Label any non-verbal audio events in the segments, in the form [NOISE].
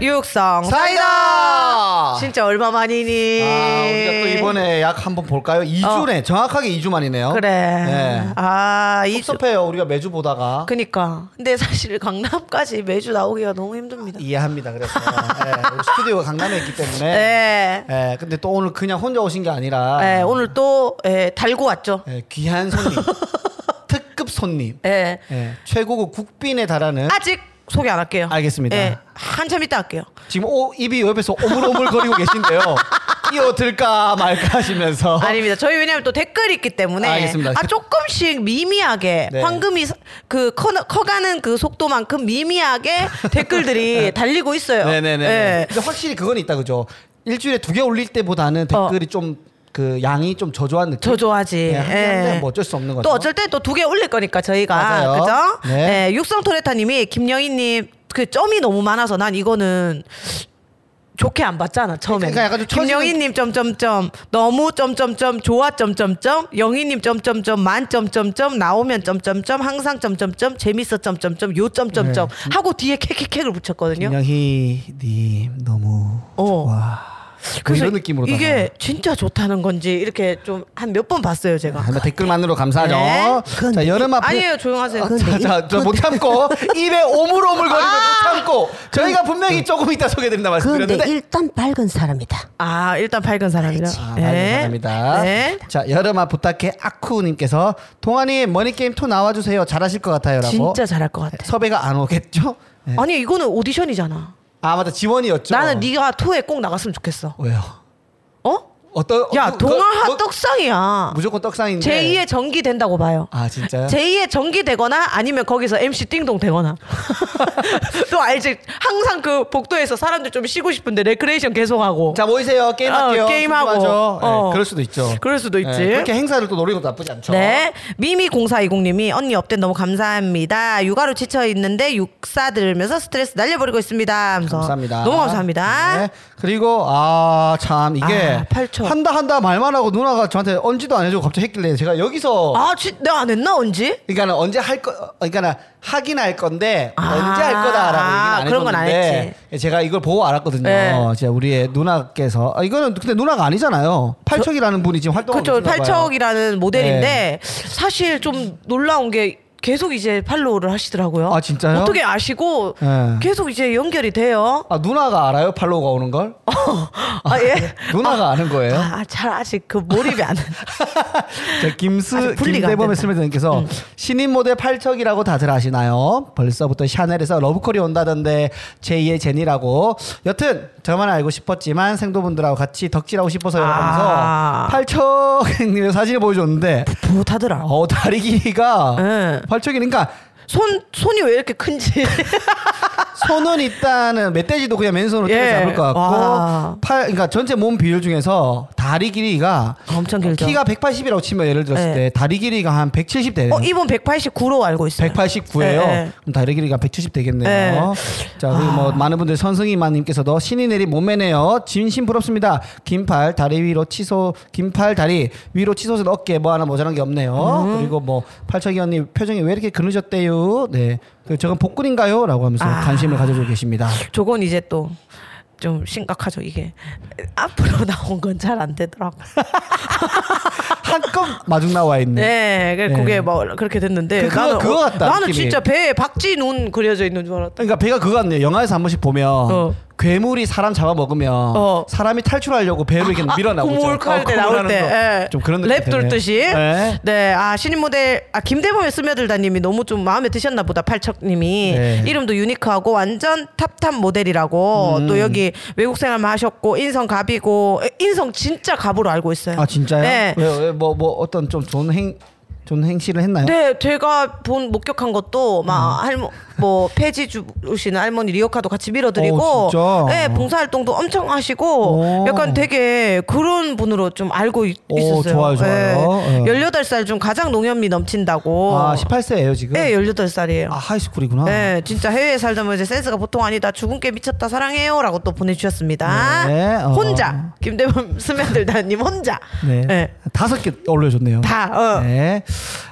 육성 사이다! 진짜 얼마 만이니? 아, 우리가 또 이번에 약 한번 볼까요? 2주네. 정확하게 2주 만이네요. 어. 그래. 네. 아, 이 섭섭해요. 우리가 매주 보다가. 그니까. 근데 사실 강남까지 매주 나오기가 너무 힘듭니다. 이해합니다. 그래서 예, 우리 스튜디오가 강남에 있기 때문에. 네. 예, 근데 또 오늘 그냥 혼자 오신 게 아니라 예, 오늘 또 예, 달고 왔죠. 예, [LAUGHS] 귀한 손님, 특급 손님, 예. 예, 최고급 국빈에 달하는 아직 소개 안 할게요. 알겠습니다. 예, 한참 있다 할게요. 지금 오, 입이 옆에서 오물오물 거리고 [LAUGHS] 계신데요. 끼어들까 말까 하시면서 아닙니다. 저희 왜냐면 또 댓글이 있기 때문에 알겠습니다. 아, 조금씩 미미하게 네. 황금이 사- 그 커, 커가는 그 속도만큼 미미하게 [LAUGHS] 댓글들이 달리고 있어요. 네네네. 예. 근데 확실히 그건 있다 그죠. 일주일에 두 개 올릴 때보다는 댓글이 좀 그 양이 좀 저조한 느낌. 어. 저조하지. 네, 한데 예. 뭐 어쩔 수 없는 거죠. 또 어쩔 때 또 두 개 올릴 거니까 저희가 맞아요. 그죠? 네. 예, 육성 토레타님이 김영희님 그 점이 너무 많아서 난 이거는 좋게 안 봤잖아 처음에. 그러니까 약간 좀 처지는- 김영희님 점점점 너무 점점점 좋아 점점점 영희님 점점점 만 점점점 나오면 점점점 항상 점점점 재밌어 점점점 요 네. 점점점 하고 뒤에 캐캐캐를 붙였거든요. 김영희님 너무 어. 좋아. 그 이런 느낌으로 이게 진짜 좋다는 건지 이렇게 좀 한 몇 번 봤어요 제가. 정말 아, 뭐 댓글만으로 감사하죠. 네. 자 여름 앞에 아니에요 조용하세요. 자, 자, 저 못 참고 [LAUGHS] 입에 오물오물거리고 아! 못 참고 저희가 분명히 조금 이따 소개드린다 그런데 말씀드렸는데 일단 밝은 사람이다. 아 일단 밝은 사람이라. 아, 감사합니다. 네. 자 여름아 부탁해 아쿠님께서 동아님 머니 게임 2 나와주세요. 잘하실 것 같아요라고. 진짜 잘할 것 같아. 섭외가 안 오겠죠? 네. 아니 이거는 오디션이잖아. 아 맞다 지원이었죠. 나는 네가 투에 꼭 나갔으면 좋겠어. 왜요? 어? 어떤 야 그- 동아하 그- 떡상이야. 무조건 떡상인데. 제2의 전기 된다고 봐요. 아 진짜요? 제2의 전기 되거나 아니면 거기서 MC 띵동 되거나. [LAUGHS] 또 알지? 항상 그 복도에서 사람들 좀 쉬고 싶은데 레크레이션 계속하고. 자 모이세요 게임할게요. 어, 게임하고. 수고하죠. 네, 어. 그럴 수도 있죠. 그럴 수도 있지. 네, 그렇게 행사를 또 노리는 것도 나쁘지 않죠. 네. 미미0420님이 언니 업데이트 너무 감사합니다. 육아로 지쳐 있는데 육사 들으면서 스트레스 날려버리고 있습니다. 하면서. 감사합니다. 너무 감사합니다. 네. 그리고 아 참 이게 아, 팔촌. 한다 한다 말만 하고 누나가 저한테 언지도 안 해주고 갑자기 했길래 제가 여기서 아, 지, 내가 안 했나 언제? 그러니까는 언제 할거 어, 그러니까는 하긴 할 건데 아, 언제 할 거다라고 얘기는 안 그런 건안 해줬는데 제가 이걸 보고 알았거든요. 네. 제가 우리의 누나께서 아, 이거는 근데 누나가 아니잖아요. 팔척이라는 분이 지금 활동하고 그쵸 계신가 봐요. 네. 팔척이라는 모델인데 사실 좀 놀라운 게 계속 이제 팔로우를 하시더라고요. 아, 진짜요? 어떻게 아시고 네. 계속 이제 연결이 돼요. 아 누나가 알아요 팔로우가 오는 걸? 아 예. 누나가 아는 거예요? 아, 잘 아직 그 몰입이 안. [LAUGHS] 돼. 자, 김스 아직 분리가 안 김대범의 된다. 음. 스매드님께서 신인 모델 팔척이라고 다들 아시나요? 벌써부터 샤넬에서 러브콜이 온다던데 제2의 제니라고. 여튼 저만 알고 싶었지만 생도분들하고 같이 덕질하고 싶어서요. 아. 하면서 팔척님의 사진을 보여줬는데 못하더라. 어 다리 길이가 네. 팔척이 그러니까 손 손이 왜 이렇게 [LAUGHS] 큰지. 손은 일단은 멧돼지도 그냥 맨손으로 예. 때려 잡을 것 같고 와. 팔 그러니까 전체 몸 비율 중에서 다리 길이가 엄청 길죠. 키가 180이라고 치면 예를 들었을 예. 때 다리 길이가 한 170 되네요. 어 이분 189로 알고 있어요. 189예요. 예, 아. 예. 그럼 다리 길이가 170 되겠네요. 자, 그리고 뭐 많은 분들 선승이마님께서도 신이 내린 몸매네요. 진심 부럽습니다. 긴팔 다리 위로 치소, 긴팔 다리 위로 치솟은 어깨 뭐 하나 모자란 게 없네요. 음. 그리고 뭐 팔척이 언니 표정이 왜 이렇게 그늘졌대요? 네, 그 저건 복근인가요?라고 하면서 아. 관심을 가져주고 [LAUGHS] 계십니다. 저건 이제 또 좀 심각하죠 이게 앞으로 [LAUGHS] 나온 건 잘 안 되더라고. 한껏 마중 나와 있네. 네, 그- 네. 그게 뭐 그렇게 됐는데 그- 그거- 나는 어, 그거 같다, 나는 느낌이. 진짜 배에 박쥐눈 그려져 있는 줄 알았다. 그러니까 배가 그거 같네요. 영화에서 한 번씩 보면 어. 괴물이 사람 잡아먹으면 어. 사람이 탈출하려고 배를 [LAUGHS] 이렇게 밀어나오죠. 고물칼 때 나올 때, 예. 좀 그런 느낌 랩 돌듯이. 네. 네. 아 신인 모델 아 김대범의 스며들다님이 너무 좀 마음에 드셨나 보다 팔척님이 네. 이름도 유니크하고 완전 탑탑 모델이라고 음. 또 여기 외국 생활만 하셨고 인성 갑이고 에, 인성 진짜 갑으로 알고 있어요. 아 진짜요? 네. 왜, 왜, 뭐, 뭐 어떤 좀 좋은 행, 좋은 행실을 했나요? 네, 제가 본 목격한 것도 막 음. 할머 뭐 폐지 주시는 할머니 리어카도 같이 밀어드리고, 오, 진짜? 어. 네, 봉사활동도 엄청 하시고, 오. 약간 되게 그런 분으로 좀 알고 있, 오, 있었어요. 네. 좋아요, 좋아요. 예. 18살 중 가장 농현미 넘친다고. 아 18세예요 지금? 뭐. 네, 18살이에요. 아 하이스쿨이구나. 네, 진짜 해외에 살다 보면 이제 센스가 보통 아니다. 죽은 게 미쳤다. 사랑해요라고 또 보내주셨습니다. 네, 어. [LAUGHS] 혼자 김대범 스며들다님 혼자. 네. 네. 다섯 개 올려줬네요. 다, 어. 네.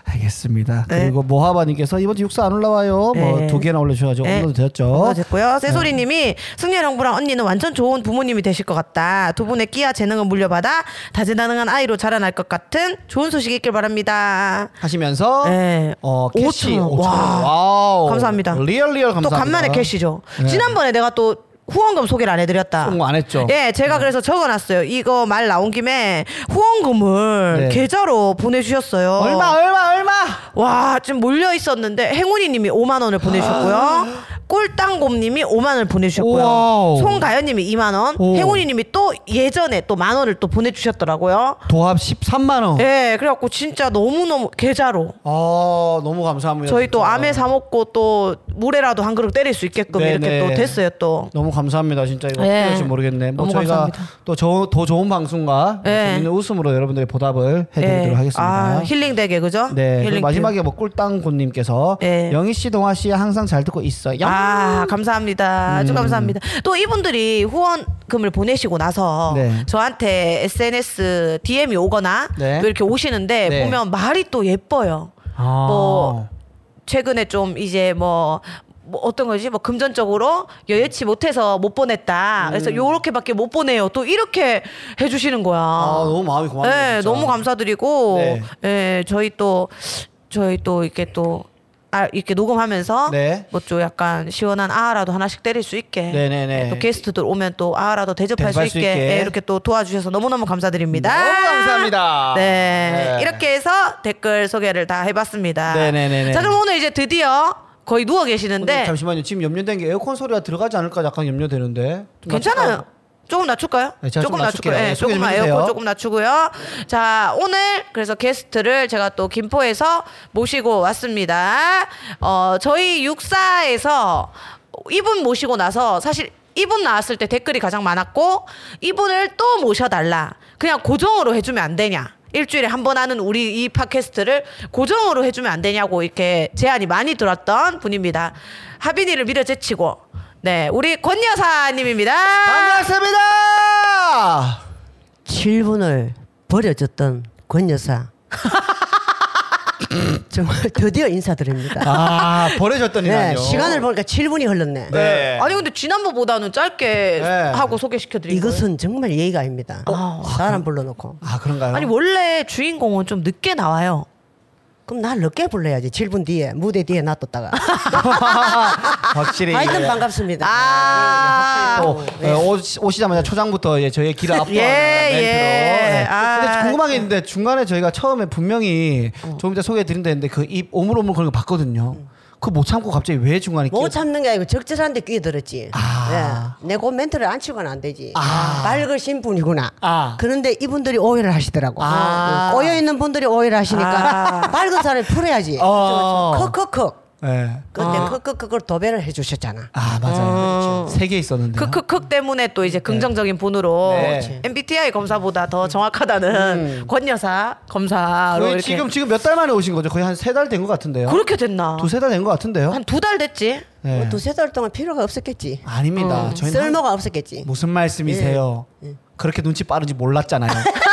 알겠습니다. 네. 그리고 모하바님께서 이번 주 육사 안 올라와요. 뭐 네. 두 개나 올려주셔가지고 네. 오늘도 되었죠. 네. 어, 됐고요. 새소리님이 승열 형부랑 언니는 완전 좋은 부모님이 되실 것 같다. 두 분의 끼와 재능을 물려받아 다재다능한 아이로 자라날 것 같은 좋은 소식이 있길 바랍니다. 하시면서 네. 어 캐시 5,000원. 5천 와. 와우. 감사합니다. 리얼 리얼 감사합니다. 또 간만에 캐시죠. 네. 지난번에 내가 또 후원금 소개를 안 해드렸다. 홍보 안 했죠. 네. 예, 제가 그래서 적어놨어요. 이거 말 나온 김에 후원금을 네. 계좌로 보내주셨어요. 얼마 얼마 얼마. 와, 지금 몰려 있었는데 행운이님이 5만 원을 [GASPS] 보내주셨고요. 꿀땅곰님이 5만 원을 보내주셨고요. 와우. 송가연님이 2만 원. 오. 행운이님이 또 예전에 또 만 원을 또 보내주셨더라고요. 도합 13만 원. 예, 그래갖고 진짜 너무 너무 계좌로. 아 너무 감사합니다. 저희 또 진짜. 암에 사 먹고 또 모래라도 한 그릇 때릴 수 있게끔 네, 이렇게 네. 또 됐어요 또. 너무 감사합니다. 진짜 이거 예. 어떨지 모르겠네. 뭐 너무 저희가 감사합니다. 또더 좋은 방송과 예. 재밌는 웃음으로 여러분들의 보답을 네, 해드리도록 예. 하겠습니다. 아, 힐링되게 그죠? 네. 그리고 힐링 마지막에 뭐 꿀땅고님께서 예. 영희 씨, 동아 씨 항상 잘 듣고 있어요. 아 감사합니다 음. 아주 감사합니다 또 이분들이 후원금을 보내시고 나서 네. 저한테 SNS DM이 오거나 네. 또 이렇게 오시는데 네. 보면 말이 또 예뻐요 아. 뭐 최근에 좀 이제 뭐, 뭐 어떤 거지 뭐 금전적으로 여의치 못해서 못 보냈다 음. 그래서 요렇게밖에 못 보내요 또 이렇게 해주시는 거야 아, 너무 마음이 고맙네요. 네, 진짜. 너무 감사드리고, 네. 네, 저희 또 저희 또 이렇게 또 아, 이렇게 녹음하면서 네. 뭐 좀 약간 시원한 아라도 하나씩 때릴 수 있게, 네네네. 예, 또 게스트들 오면 또 아라도 대접할 대접할 수 수 있게, 있게. 예, 이렇게 또 도와주셔서 너무 너무 감사드립니다. 너무 감사합니다. 네, 네. 이렇게 해서 댓글 소개를 다 해봤습니다. 네네네네. 자, 그럼 오늘 이제 드디어 거의 누워 계시는데 근데 어, 잠시만요. 지금 염려된 게 에어컨 소리가 들어가지 않을까 약간 염려되는데. 좀 괜찮아요. 낮출까요? 조금 낮출까요? 어. 네, 제가 좀 낮출게요. 예, 네, 소개 좀 조금만 해주세요. 에어컨 조금 낮추고요. 자, 오늘 그래서 게스트를 제가 또 김포에서 모시고 왔습니다. 어, 저희 육사에서 이분 모시고 나서 사실 이분 나왔을 때 댓글이 가장 많았고 이분을 또 모셔달라. 그냥 고정으로 해주면 안 되냐. 일주일에 한 번 하는 우리 이 팟캐스트를 고정으로 해주면 안 되냐고 이렇게 제안이 많이 들었던 분입니다. 하빈이를 밀어제치고 네, 우리 권 여사님입니다. 반갑습니다. 7분을 버려줬던 [LAUGHS] 권 여사. 정말 드디어 인사드립니다. 아 버려졌더니요. 네, 시간을 보니까 7분이 흘렀네. 네. 아니 근데 지난번보다는 짧게 네. 하고 소개시켜드린 거예요. 이것은 정말 예의가 아닙니다. 어. 사람 불러놓고. 아 그런가요? [LAUGHS] 아니 뭐. 원래 주인공은 좀 늦게 나와요. 그럼 날 늦게 불러야지. 7분 뒤에 무대 뒤에 놔뒀다가. 확실히. 하여튼 아. 반갑습니다. 아, 또 어, 오시- 오시자마자 초장부터 예, 저희의 길을 앞도하는 예, 멘트로. 예. 네. 근데 아. 궁금한 게 있는데 중간에 저희가 처음에 분명히 조금 이따 소개해 드린다 했는데 그 입 오물오물 그런 거 봤거든요. 그거 못 참고 갑자기 왜 중간에 끼- 못 네. 뭐 참는 게 아니고 적절한데 끼어들었지. 아. 네. 내 코멘트를 안 치고는 안 되지. 아. 밝으신 분이구나. 아. 그런데 이분들이 오해를 하시더라고. 아. 어, 꼬여있는 분들이 오해를 하시니까 [LAUGHS] 밝은 사람이 풀어야지. 어. 컥컥컥. 예. 근데 컥컥컥을 도배를 해주셨잖아. 아 맞아요. 세 개 있었는데. 크크크 때문에 또 이제 긍정적인 분으로 네. 음. MBTI 검사보다 더 정확하다는 권 여사 검사로 거의 이렇게 지금 지금 몇 달 만에 오신 거죠? 거의 한 세 달 된 것 같은데요. 그렇게 됐나? 두세 달 된 것 같은데요. 한 두 달 됐지. 예. 뭐 두세 달 동안 필요가 없었겠지. 아닙니다. 저희는 한- 뭐, 쓸모가 없었겠지. 무슨 말씀이세요? 그렇게 눈치 빠른지 몰랐잖아요. [LAUGHS]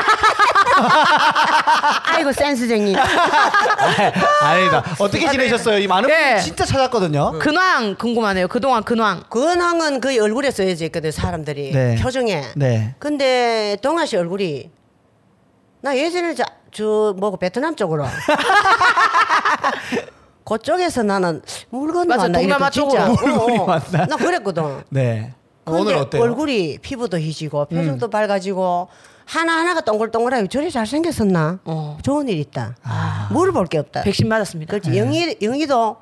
아이고 센스쟁이. 아니다. 어떻게 지내셨어요? 이 많은 분들이 예. 그 진짜 찾았거든요. 근황 궁금하네요. 그동안 근황. [LAUGHS] 근황은 거의 얼굴에 써여져 있거든 사람들이 네. 표정에. 네. 근데 동아 씨 얼굴이 나 예전에 저, 저 뭐고 그 [LAUGHS] 베트남 쪽으로. 그쪽에서 나는 물건 맞아, 만나 어, 동남아 쪽으로. 물건이 많나? 나 그랬거든. 네. 근데 오늘 어때요? 음. 얼굴이 피부도 희지고 표정도 밝아지고 하나 하나가 동글동글하고 저리 잘 생겼었나? 좋은 일 있다. 물어볼 게 어. 없다. 아. 백신 네. 맞았습니다. 그렇지. 영희 영희도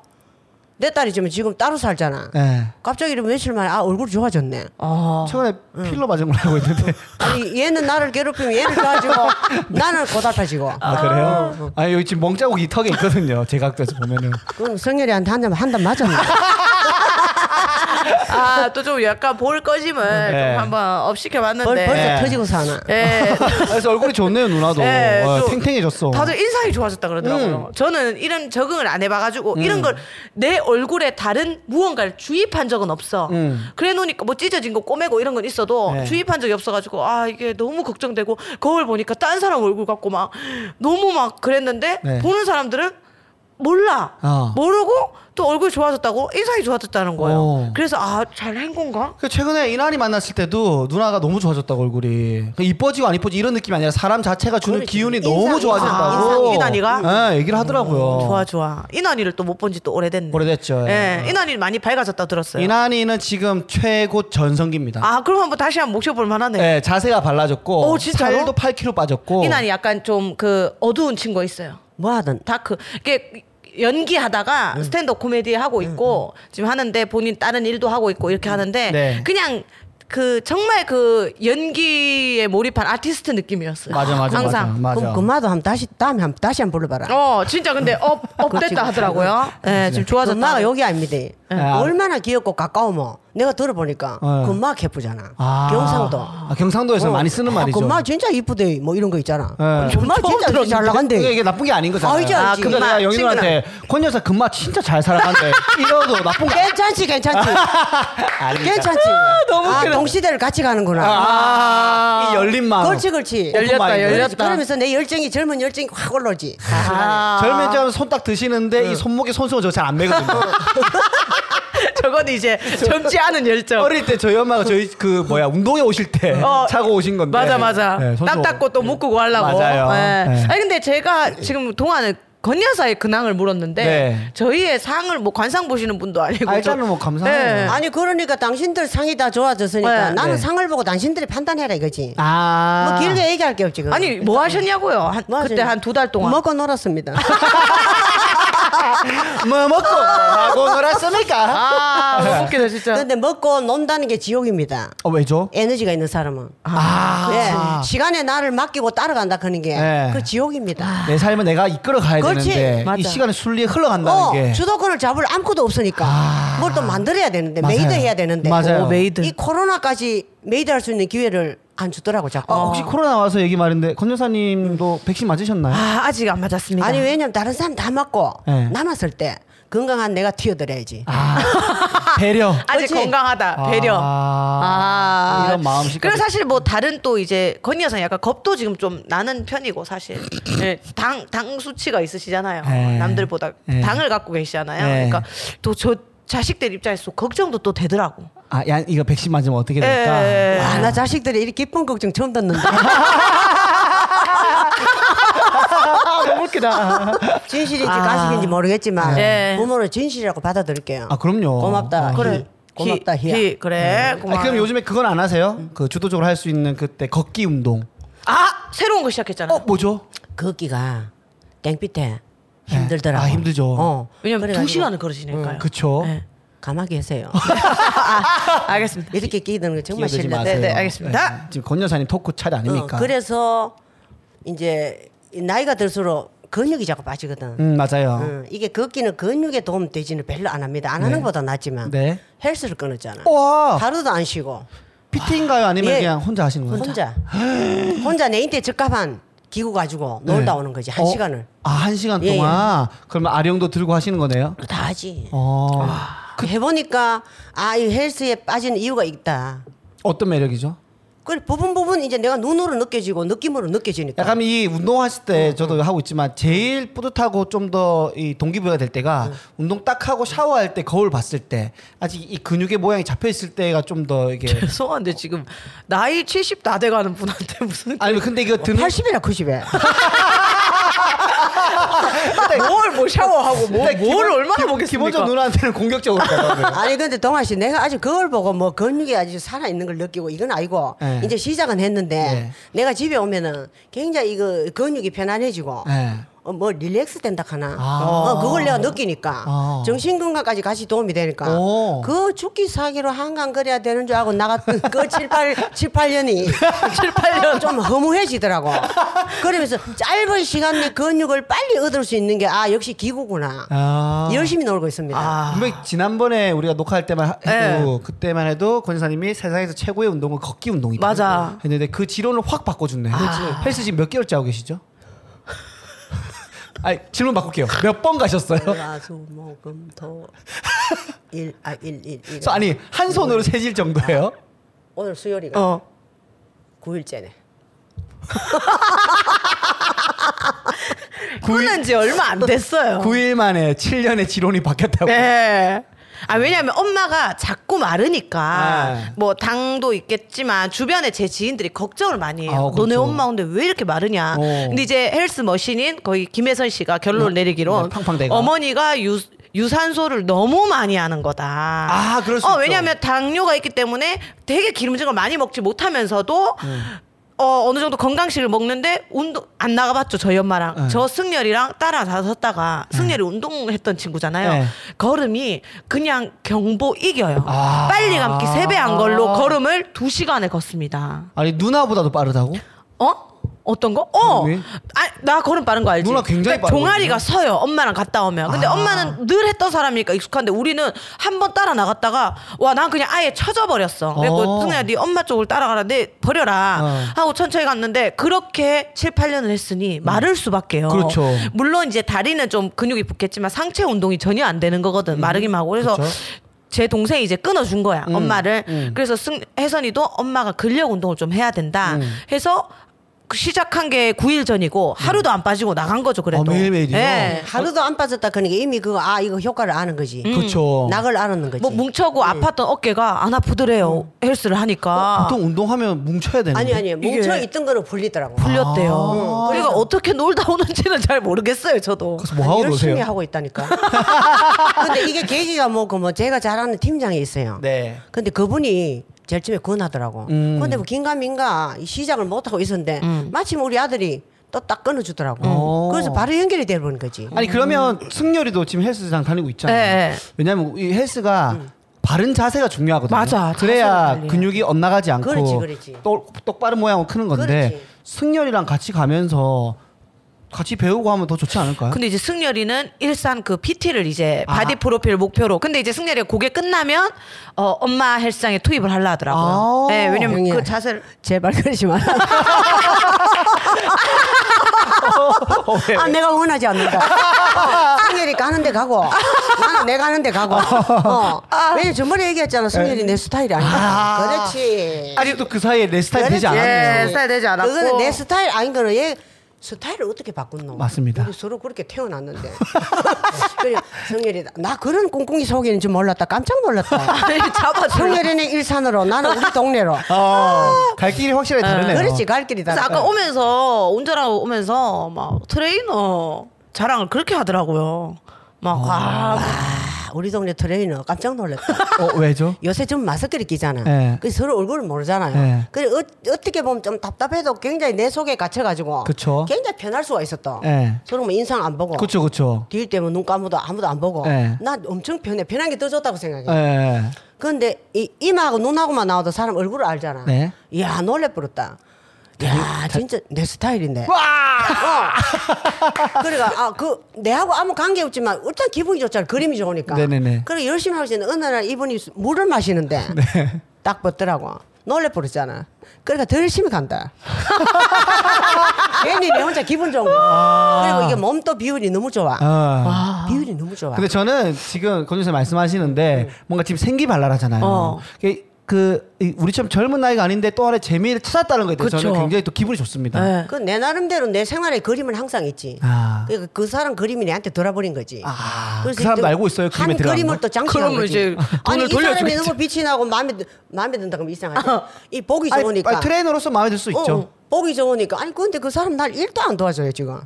내 딸이 지금 지금 따로 살잖아. 네. 갑자기 이러면 며칠 만에 아 얼굴 좋아졌네. 어. 최근에 필러 맞은 걸 알고 있는데. 아니 얘는 나를 괴롭히면 [LAUGHS] 얘를 가지고 나는 고달파지고. 아 그래요? 아 여기 지금 멍자국이 이 턱에 있거든요. 제 각도에서 [LAUGHS] 네. 보면은. 그럼 성열이한테 한잔한잔 맞았네. 아, 또 좀 약간 볼 꺼짐을 네. 좀 한번 벌, 업시켜봤는데. 벌써 네. 터지고 사나. 예. 그래서 얼굴이 좋네요 누나도 예, 어, 좀 탱탱해졌어. 다들 인상이 좋아졌다 그러더라고요. 음. 저는 이런 적응을 안 해봐가지고 이런 걸 내 얼굴에 다른 무언가를 주입한 적은 없어. 음. 그래 놓으니까 뭐 찢어진 거 꼬매고 이런 건 있어도 네. 주입한 적이 없어가지고 아 이게 너무 걱정되고 거울 보니까 딴 사람 얼굴 같고 막 너무 막 그랬는데 네. 보는 사람들은 몰라 어. 모르고 또 얼굴 좋아졌다고 인상이 좋아졌다는 거예요. 오. 그래서 아 잘 한 건가? 그 최근에 이란이 만났을 때도 누나가 너무 좋아졌다고 얼굴이 그 이뻐지고 안 이뻐지 이런 느낌이 아니라 사람 자체가 주는 그렇지. 기운이 그러니까 인상, 음, 너무 인상, 좋아졌다고 이란이가? 예, 얘기를 하더라고요 좋아 좋아. 이난이를 또 못 본 지 또 오래됐네. 오래됐죠 예, 이난이 많이 밝아졌다 들었어요. 이난이는 지금 최고 전성기입니다 아 그럼 한번 다시 한번 목셔볼 만하네. 예, 자세가 발라졌고 어, 오, 진짜요? 살도 8kg 빠졌고 이난이 약간 좀 그 어두운 친구 있어요. 뭐 하든. 다크. 그, 이게 연기하다가 음. 스탠드업 코미디 하고 있고 지금 하는데 본인 다른 일도 하고 있고 이렇게 하는데 네. 그냥 그 정말 그 연기에 몰입한 아티스트 느낌이었어요. 맞아 맞아 항상. 맞아, 맞아. 그럼 그마도 한번 다시 다음에 한번 다시 한번 불러봐라. 어 진짜 근데 업 업됐다 하더라고요. 네, 예 지금 금마가 좋아졌다. 네. 여기 아닙니다. 아. 얼마나 귀엽고 가까우면 내가 들어보니까 예. 금마 예쁘잖아. 아. 경상도. 아, 경상도에서 어. 많이 쓰는 말이죠 아, 금마 진짜 이쁘대. 뭐 이런 거 있잖아. 예. 금마 처음 진짜 들었는데. 예, 잘 이게, 나간대. 이게 나쁜 게 아닌 거잖아요 알지, 아, 알지. 근데 내가 금마, 영인한테 권 여사 금마 진짜 잘 살아간대 이러도 나쁜 게 괜찮지, 괜찮지. 아니야 괜찮지. 아, 그러니까. 너무 아, 웃기다. 동시대를 같이 가는구나. 아, 이 열린 마음 그렇지, 그렇지. 열렸다, 오픈마인드. 열렸다. 그러지. 그러면서 내 열정이 젊은 열정이 확 올라오지. 그러니까 아, 젊은 자는 손딱 드시는데 이 손목에 손수건 저거 잘안 매거든요. 저건 [LAUGHS] 이제 젊지 않은 열정. 어릴 때 저희 엄마가 저희 그 뭐야 운동회 오실 때 어, [LAUGHS] 차고 오신 건데. 맞아 맞아. 네, 손수- 땀 닦고 또 묶고 하려고. 맞아요. 예. 네. 아니 근데 제가 지금 동안에 건여사의 근황을 물었는데 네. 저희의 상을 뭐 관상 보시는 분도 아니고 아, 일단은 뭐 감사해요. 예. 아니 그러니까 당신들 상이 다 좋아졌으니까 네. 나는 네. 상을 보고 당신들이 판단해라 이거지. 아. 뭐 길게 얘기할 게 없지. 그건. 아니 뭐 하셨냐고요? 한, 뭐 그때 하시냐? 한 두 달 동안 아, 먹고 놀았습니다. 뭐 먹고 하고 놀았습니까? 아 너무 웃기다 진짜. 근데 먹고 논다는 게 지옥입니다. 어, 왜죠? 에너지가 있는 사람은. 아. 예. 시간에 나를 맡기고 따라간다 그런 게 그 예. 네. 지옥입니다. 내 삶은 내가 이끌어 가야 그렇지. 되는데 이 맞아. 시간의 순리에 흘러간다는 어, 게. 주도권을 잡을 아무것도 없으니까 뭘 또 만들어야 되는데 맞아요. 메이드 해야 되는데 뭐 맞아요. 오, 메이드. 이 코로나까지 메이드 할 수 있는 기회를 안 주더라고 자꾸. 아, 혹시 코로나 와서 얘기 말인데 권 여사님도 백신 맞으셨나요? 아 아직 안 맞았습니다. 아니 왜냐면 다른 사람 다 맞고 네. 남았을 때 건강한 내가 튀어들어야지. 아, 배려. 아직 그렇지. 건강하다 배려. 아, 아, 이런 마음씨까지. 그리고 사실 뭐 다른 또 이제 건희 여사 약간 겁도 지금 좀 나는 편이고 사실 예, 당, 당 수치가 있으시잖아요. 음. 네. 남들보다 네. 당을 갖고 계시잖아요. 네. 그러니까 또 저 자식들 입장에서 걱정도 또 되더라고. 아, 야, 이거 백신 맞으면 어떻게 될까? 예, 예. 와 아, 네. 나 자식들이 이렇게 기쁜 걱정 처음 [LAUGHS] 듣는데 아, 너무 웃기다. 진실인지 아. 가식인지 모르겠지만 네. 부모는 진실이라고 받아들일게요. 아, 그럼요. 고맙다. 희. 고맙다 히, 희야. 히, 그래. 고마워. 아, 아, 그럼 요즘에 그건 안 하세요? 그 주도적으로 할 수 있는 그때 걷기 운동. 아, 어, 새로운 거 시작했잖아요. 뭐죠? 걷기가 그 땡볕에 힘들더라고. 네. 아, 힘들죠. 어. 왜냐면 두 그래가지고 시간을 걸으시니까요. 어, 음, 그쵸. 네. [LAUGHS] 가만히 [LAUGHS] 계세요. 알겠습니다. 이렇게 끼드는 거 정말 끼어들지 싫다. 네, 마세요. 네, 알겠습니다. 네, 지금 권 여사님 토크 차례 아닙니까? 어, 그래서 이제 이 나이가 들수록 근육이 자꾸 빠지거든. 음, 맞아요. 어, 이게 걷기는 근육에 도움 되지는 별로 안 합니다. 안 하는 것보다 낫지만 네. 헬스를 끊었잖아. 와, 하루도 안 쉬고 PT인가요? 아니면 예. 그냥 혼자 하시는 거예요? 혼자 혼자 내 인대 적합한 기구 가지고 네. 놀다 오는 거지 어? 한 시간을 아, 한 시간 예, 동안? 그러면 아령도 들고 하시는 거네요? 다 하지. 어. 해보니까 아 이 헬스에 빠진 이유가 있다. 어떤 매력이죠? 그 부분 부분 이제 내가 눈으로 느껴지고 느낌으로 느껴지니까. 약간 이 운동하실 때 저도 하고 있지만 제일 뿌듯하고 좀 더 이 동기부여가 될 때가 네. 운동 딱 하고 샤워할 때 거울 봤을 때 아직 이 근육의 모양이 잡혀 있을 때가 좀 [LAUGHS] 더 이게 죄송한데 지금 나이 70 다 돼가는 분한테 무슨 아니 근데 이거 드는 80이나 90에 아, 뭘 뭐 샤워하고 뭐, 근데 뭘 기본- 얼마나 기- 보겠습니까? 기본적으로 [LAUGHS] 누나한테는 공격적으로 가거든요. [LAUGHS] 아니 근데 동아 씨 내가 아직 그걸 보고 뭐 근육이 아직 살아 있는 걸 느끼고 이건 아니고 네. 이제 시작은 했는데 네. 내가 집에 오면은 굉장히 이거 근육이 편안해지고 네. 어, 뭐 릴렉스 된다 하나. 아. 어, 그걸 내가 느끼니까 아. 정신 건강까지 같이 도움이 되니까. 오. 그 죽기 사기로 한강 거려야 되는 줄 알고 나갔던 그 [LAUGHS] 7, 8, 7, [LAUGHS] 8년이 7, 8년 좀 허무해지더라고. 그러면서 짧은 시간 내 근육을 빨리 얻을 수 있는 게 아 역시 기구구나. 아. 열심히 놀고 있습니다. 분명히 지난번에 우리가 녹화할 때만 하- 네. 해도 그때만 해도 권사님이 세상에서 최고의 운동은 걷기 운동이다. 맞아. 했는데 그 지론을 확 바꿔줬네. 아. 헬스 지금 몇 개월째 하고 계시죠? [LAUGHS] 아니 질문 바꿀게요. 몇 번 가셨어요? 수목금토일아일일 일. 일. 그래서 아니 한 손으로 세질 정도예요? 오늘 수요일이가 어. 구일째네 끊은 지 얼마 안 됐어요. 9일 만에 7년의 지론이 바뀌었다고. 네. 아 왜냐하면 엄마가 자꾸 마르니까 네. 뭐 당도 있겠지만 주변에 제 지인들이 걱정을 많이 해요. 아, 너네 그렇죠. 엄마 근데 왜 이렇게 마르냐. 어. 근데 이제 헬스 머신인 거의 김혜선 씨가 결론을 내리기로 네, 팡팡대가. 어머니가 유 유산소를 너무 많이 하는 거다. 아, 그럴 수 어, 있죠. 왜냐하면 당뇨가 있기 때문에 되게 기름진 걸 많이 먹지 못하면서도 음. 어, 어느 정도 건강식을 먹는데 운동 안 나가봤죠 저희 엄마랑 네. 저 승열이랑 따라 다섰다가 승열이 운동했던 친구잖아요. 네. 걸음이 그냥 경보 이겨요. 아. 빨리 감기 세 배 한 걸로 아. 걸음을 두 시간에 걷습니다. 아니 누나보다도 빠르다고? 음. 어? 어떤 거? 어, 왜? 아, 나 걸음 빠른 거 알지? 누나 굉장히 그러니까 빠르거든요. 종아리가 서요. 엄마랑 갔다 오면. 근데 아. 엄마는 늘 했던 사람이니까 익숙한데 우리는 한 번 따라 나갔다가 와 난 그냥 아예 쳐져 버렸어. 그래서 어. 승야 네 엄마 쪽을 따라가라. 네 버려라. 어. 하고 천천히 갔는데 그렇게 7, 8년을 했으니 마를 수밖에요. 음. 그렇죠. 물론 이제 다리는 좀 근육이 붙겠지만 상체 운동이 전혀 안 되는 거거든. 마르기만 하고 그래서. 음. 그쵸. 제 동생이 이제 끊어준 거야 음, 엄마를 그래서 승, 혜선이도 엄마가 근력 운동을 좀 해야 된다 음. 해서 그 시작한 게 9일 전이고 하루도 안 빠지고 나간 거죠 그래도 아, 매일매일이요? 예. 하루도 안 빠졌다 그러니까 이미 그거 아 이거 효과를 아는 거지. 그렇죠. 낙을 아는 거지. 뭐 뭉쳐고 아팠던 어깨가 안 아프더래요 헬스를 하니까 음. 어, 보통 운동하면 뭉쳐야 되는데. 아니 아니 이게- 뭉쳐 있던 거는 풀리더라고. 풀렸대요 아. 그러니까 어떻게 놀다 오는지는 잘 모르겠어요 저도 그래서 뭐 하고 열심히 노세요? 하고 있다니까. [LAUGHS] 근데 이게 계기가 뭐고 뭐 제가 잘 아는 팀장이 있어요. 네. 근데 그분이 제일 처음에 권하더라고. 근데 뭐 긴가민가 이 시작을 못하고 있었는데 마침 우리 아들이 또 딱 끊어주더라고. 오. 그래서 바로 연결이 되는 거지. 아니 그러면 승열이도 지금 헬스장 다니고 있잖아요. 네, 예, 예. 왜냐면 이 헬스가 바른 자세가 중요하거든요. 맞아. 자세가 그래야 달려요. 근육이 엇나가지 않고 그렇지, 그렇지. 똑, 똑바른 모양으로 크는 건데 그렇지. 승열이랑 같이 가면서 같이 배우고 하면 더 좋지 않을까요? 그- 근데 이제 승열이는 일산 그 PT를 이제 아. 바디 프로필 목표로. 근데 이제 승열이가 그게 끝나면 어 엄마 헬스장에 투입을 하려 하더라고요. 아. 네, 왜냐면 형님. 그 자세를 제발 그러지 마라. [LAUGHS] 어, 왜? 아, 내가 원하지 않는다. 어, 승열이 가는데 가고, 나는 내가 가는데 가고. 어. 왜냐면 저번에 얘기했잖아. 승열이 내 스타일이 아니다. 아. 그렇지. 아직도 그 사이에 내 스타일 되지 그렇지. 않았네요. 예, 스타일 되지 않았고. 그거는 내 스타일 아닌 거는 얘 스타일을 어떻게 바꾼노? 맞습니다. 우리 서로 그렇게 태어났는데. [LAUGHS] 그리고 성열이 나 그런 꽁꽁이 속이는 줄 몰랐다. [LAUGHS] 깜짝 놀랐다. 잡아 성열이는 일산으로 나는 우리 동네로. 어, 갈 길이 확실히 다르네요. 어, 그렇지 갈 길이다. 그래서 아까 오면서 운전하고 오면서 막 트레이너 자랑을 그렇게 하더라고요. 막 아, 아, 우리 동네 트레이너 깜짝 놀랐다. 어, 왜죠? 요새 좀 마스크를 끼잖아. 예. 그래서 서로 얼굴을 모르잖아요. 예. 그래 어, 어떻게 보면 좀 답답해도 굉장히 내 속에 갇혀가지고 그쵸. 굉장히 편할 수가 있었다. 예. 서로 뭐 인상 안 보고. 그렇죠, 그렇죠. 뒤일 때면 눈 감아도 아무도 안 보고. 예. 나 엄청 편해. 편한 게 더 좋다고 생각해. 예. 그런데 이 이마하고 눈하고만 나와도 사람 얼굴을 알잖아. 네. 이야 놀래버렸다. 야 진짜 내 스타일인데. 어. 그러니까 아그 내하고 아무 관계 없지만 일단 기분이 좋잖아. 그림이 좋으니까. 네네네. 그래 열심히 하고 있는데 어느 날 이분이 수- 물을 마시는데 네. 딱 벗더라고. 놀래버렸잖아. 그러니까 더 열심히 간다. [LAUGHS] 괜히 내 혼자 기분 좋은 거. 아. 그리고 이게 몸도 비율이 너무 좋아. 어. 뭐. 비율이 너무 좋아. 그 근데 저는 지금 권준선 말씀하시는데 뭔가 지금 생기발랄하잖아요. 네. 어. 그- 그 이- 우리처럼 젊은 나이가 아닌데 또 하나의 재미를 찾았다는 거에 대해서 그쵸. 저는 굉장히 또 기분이 좋습니다. 네. 그 내 나름대로 내 생활의 그림은 항상 있지. 아. 그러니까 그 사람 그림이 내한테 돌아버린 거지. 아, 그래서 그 사람도 또 알고 있어요, 그림에 한 들어간 그림을 거? 또 장식한 그러면 거지. 이제 아니 돈을 이 사람이 돌려주겠지. 너무 빛이 나고 마음에 드- 마음에 든다 그러면 이상하지. 이 보기 아니, 좋으니까. 아니, 트레이너로서 마음에 들 수 어, 있죠. 어, 보기 좋으니까. 아니 근데 그 사람 날 일도 안 도와줘요 지금.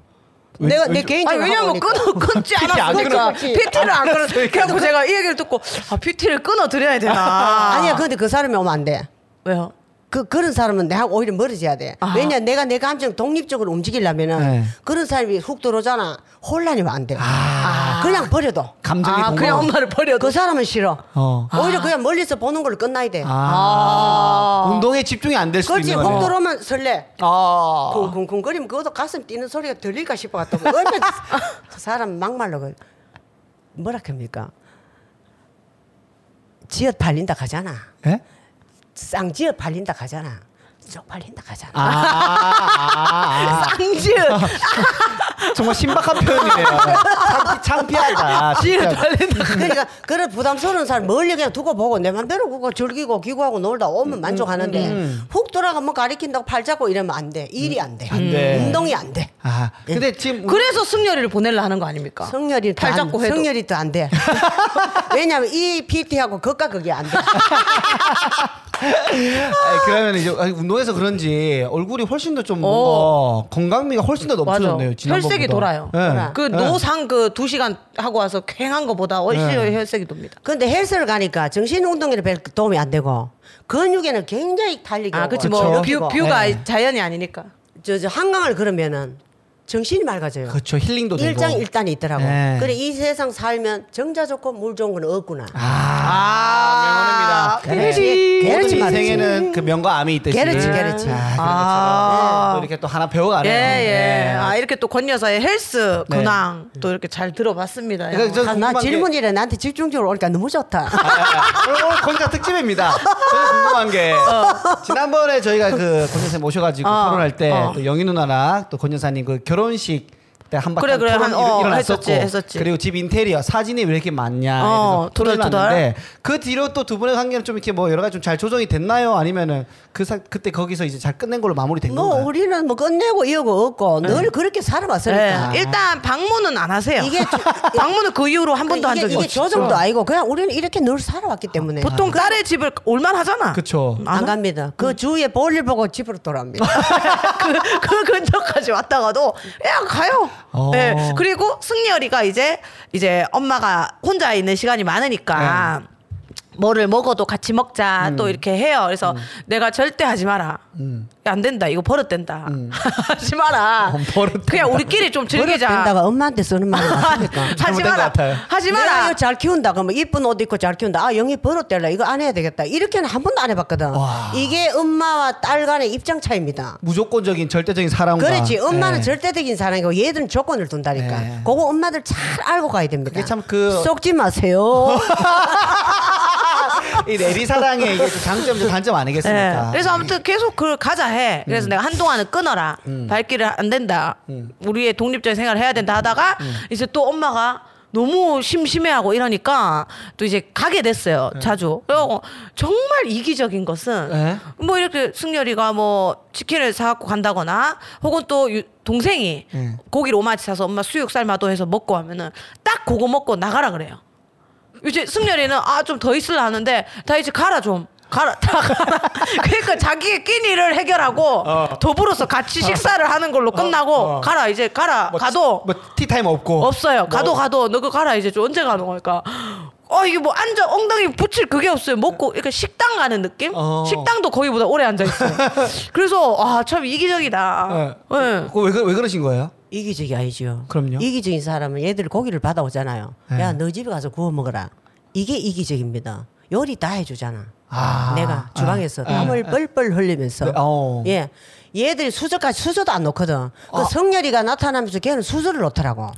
왜- 내가 왜- 내 개인적으로 아니 왜냐면 하고 보니까. 끊어 끊지 PT 안 않았으니까 끊었지. PT를 안 안 끊었어. 그래갖고 제가 이 얘기를 듣고 아 PT를 끊어 드려야 되나. [LAUGHS] 아니야 근데 그 사람이 오면 그 안 돼. 왜요? 그, 그런 사람은 내가 오히려 멀어져야 돼. 아하. 왜냐, 내가 내 감정 독립적으로 움직이려면은 네. 그런 사람이 훅 들어오잖아. 혼란이 안 돼. 아. 그냥 버려도. 감정이 아, 동거. 그냥 엄마를 버려도. 그 사람은 싫어. 어. 오히려 그냥 멀리서 보는 걸로 끝나야 돼. 아. 운동에 집중이 안 될 아, 수도 그렇지, 있는 훅 거네. 들어오면 설레. 아. 쿵쿵쿵거리면 그것도 가슴 뛰는 소리가 들릴까 싶어가지고 얼마나 [LAUGHS] 사람 막말로 그 뭐라 합니까? 지어 팔린다 가잖아. 예? 쌍지어 팔린다 가잖아. 쪽팔린다 가잖아. 아, 아, 아, 쌍지은 아. 정말 신박한 [LAUGHS] 표현이네요. 창피, 창피하다. 지은 진짜. 달린다. 그러니까 그런 부담스러운 사람 멀리 그냥 두고 보고 내 맘대로 그거 즐기고 기구하고 놀다 음, 오면 만족하는데 훅 돌아가면 가리킨다고 팔 잡고 이러면 안 돼. 일이 안 돼. 음. 안 돼. 운동이 안 돼. 아, 근데 지금 그래서 승려리를 보내려 하는 거 아닙니까? 성렬이 팔 잡고 해도. 성렬이 또 안 돼. [LAUGHS] 왜냐면 이 PT하고 그까 그게 안 돼. 아니, 그러면 이제 아니, 운동해서 그런지 얼굴이 훨씬 더 좀 뭔가 건강미가 훨씬 더 어. 맞아. 넘쳐졌네요. 지난번보다. 혈색이 돌아요. 예. 돌아. 그 예. 노상 그 두 시간 하고 와서 쾌한 거보다 훨씬 네. 혈색이 돕니다. 근데 헬스를 가니까 정신 운동에는 별 도움이 안 되고 근육에는 굉장히 달리기. 아, 오고 그치 뭐 어, 그쵸. 예. 뷰, 고 뷰가 아이- 자연이 아니니까. 저, 저 한강을 걸으면은 정신이 맑아져요. 그렇죠. 힐링도 되고. 뭐. 일장일단이 있더라고. 네. 그래 이 세상 살면 정자 좋고 물 좋은 건 없구나. 아, 명언입니다. 그렇지. 모든 게르지 말이지. 인생에는 그 명과 암이 있듯이. 게르지, 게르지. 아, 그런 것처럼 아. 또 이렇게 또 하나 배워가네. 예, 네. 예. 아, 이렇게 또 권 여사의 헬스 네. 근황 또 이렇게 잘 들어봤습니다. 그러니까 어. 저는 아, 나 궁금한 게- 질문이래 나한테 집중적으로 오니까 너무 좋다. 아, 오늘 오늘 권자 어, 특집입니다. 저는 궁금한 게 지난번에 저희가 그 권여사님 모셔가지고 어, 토론할 때 어. 또 영희 누나랑 또 권여사님 그 결혼식 때 한 바탕 그래, 그래. 토론이 한- 어, 일어났었고 했었지, 했었지. 그리고 집 인테리어 사진이 왜 이렇게 많냐 어, 어, 토론을 투덜투덜. 났는데 그 뒤로 또 두 분의 관계는 좀 이렇게 뭐 여러 가지 좀 잘 조정이 됐나요? 아니면은 그 사, 그때 거기서 이제 잘 끝낸 걸로 마무리된 뭐 건가요? 우리는 뭐 끝내고 이어고 없고 네. 늘 그렇게 예. 살아왔으니까. 일단 방문은 안 하세요. 이게 저- [LAUGHS] 방문은 그 이후로 한 번도 한 이게, 적이 이게 없어요. 조정도 아니고 그냥 우리는 이렇게 늘 살아왔기 때문에. 보통 딸의 집을 올만 하잖아. 그쵸. 안 갑니다. 그 주위에 볼일 보고 집으로 돌아옵니다. [LAUGHS] 그, 그 근처까지 왔다가도 야 가요. 어. 예. 그리고 승열이가 이제 이제 엄마가 혼자 있는 시간이 많으니까 네. 뭐를 먹어도 같이 먹자 음. 또 이렇게 해요. 그래서 내가 절대 하지 마라. 안 된다. 이거 버릇된다. [LAUGHS] 하지 마라. 음. 어, 버릇된다. 그냥 우리끼리 좀 즐기자. 아, 버릇된다가 엄마한테 [LAUGHS] 쓰는 말이 맞습니까? 하지 잘못된 것 마라. 같아요. 하지 내가 마라. 이거 잘 키운다 그러면 이쁜 옷 입고 잘 키운다 아 영희 버릇될라 이거 안 해야 되겠다 이렇게는 한 번도 안 해봤거든 와. 이게 엄마와 딸 간의 입장 차이입니다 무조건적인 절대적인 사랑과 그렇지 엄마는 예. 절대적인 사랑이고 얘들은 조건을 둔다니까 네. 그거 엄마들 잘 알고 가야 됩니다 그게 참 그- [LAUGHS] 속지 마세요 이 내리 사랑의 이게 또 장점 또 단점 아니겠습니까? 예. 그래서 아무튼 계속 그걸 가자 해. 음. 그래서 내가 한동안은 끊어라. 발길을 안 된다. 우리의 독립적인 생활을 해야 된다 하다가 음. 이제 또 엄마가 너무 심심해하고 이러니까 또 이제 가게 됐어요. 예. 자주. 그리고 정말 이기적인 것은 네. 뭐 이렇게 승열이가 뭐 치킨을 사갖고 간다거나 혹은 또 유- 동생이 네. 고기를 오마치 사서 엄마 수육 삶아도 해서 먹고 하면은 딱 그거 먹고 나가라 그래요. 이제 승렬이는 아 좀 더 있을라 하는데 다 이제 가라 좀 가라 다 가라 [LAUGHS] 그러니까 자기의 끼니를 해결하고 더불어서 같이 식사를 하는 걸로 끝나고 어. 가라 이제 가라 뭐 가도 티- 뭐 티타임 없고 없어요 가도 가도 너 그거 가라 이제 좀 언제 가는 걸까 어 이게 뭐 앉아 엉덩이 붙일 그게 없어요 먹고 그러니까 식당 가는 느낌 어. 식당도 거기보다 오래 앉아 [LAUGHS] 있어요 그래서 아 참 이기적이다 예. 예. 그거 왜, 그- 왜 그러신 거예요? 이기적이 아니죠 그럼요. 이기적인 사람은 얘들 고기를 받아오잖아요 네. 야 너 집에 가서 구워 먹어라 이게 이기적입니다 요리 다 해주잖아 아. 내가 주방에서 아, 땀을 뻘뻘 흘리면서 네, 어. 예 얘들이 수저까지 수저도 안 놓거든 그 성렬이가 나타나면서 걔는 [LAUGHS] 수저를 놓더라고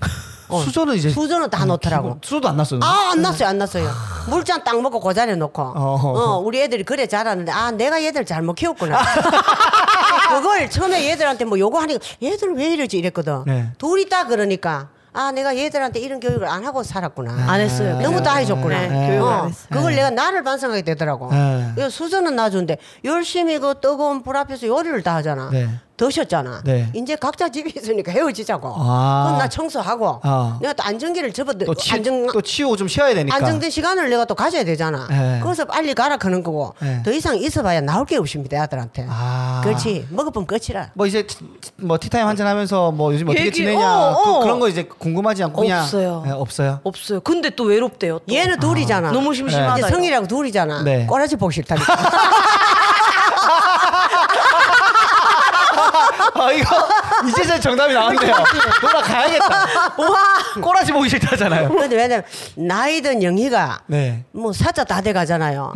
어. 수저는 음, 이제 수저는 다 놓더라고 수도 안 났어요. 아 안 났어요 안 났어요 물잔 딱 먹고 그 자리에 놓고 어허. 어, 우리 애들이 그래 자랐는데 아 내가 얘들 잘못 키웠구나 아. [LAUGHS] 그걸 처음에 얘들한테 뭐 요구하니까 얘들 왜 이러지 이랬거든 네. 둘이 다 그러니까 아 내가 얘들한테 이런 교육을 안 하고 살았구나 안 아. 했어요 너무 다 해줬구나. 네, 교육을 안 어, 했어요. 그걸 내가 나를 반성하게 되더라고. 네. 그래서 수저는 놔준데 열심히 그 뜨거운 불 앞에서 요리를 다 하잖아. 네. 드셨잖아. 네. 이제 각자 집이 있으니까 헤어지자고. 아. 그건 나 청소하고 아. 내가 또 안정기를 접어들 또, 치, 네, 그 안정 또 치우고 좀 쉬어야 되니까. 안정된 시간을 내가 또 가져야 되잖아. 네. 그래서 빨리 가라 그런 거고 네. 더 이상 있어봐야 나올 게 없습니다 아들한테. 아. 그렇지 먹어보면 끝이라. 뭐 이제 치- 뭐 티타임 한잔 하면서 뭐 요즘 어떻게 얘기- 지내냐 어, 어. 그, 런거 이제 궁금하지 않고 그냥 없어요. 예, 없어요. [LAUGHS] 없어요 근데 또 외롭대요 또. 얘는 둘이잖아. 너무 심심하다 이제 이거. [LAUGHS] 성이라고 둘이잖아. 네. 꼬라지 보기 싫다니까. 아 이거 이제서 정답이 나왔네요. 돌아가야겠다. 와. 꼬라지 보기 싫다잖아요. 근데 왜냐면 나이든 영희가 네. 뭐 사자 다 돼가잖아요.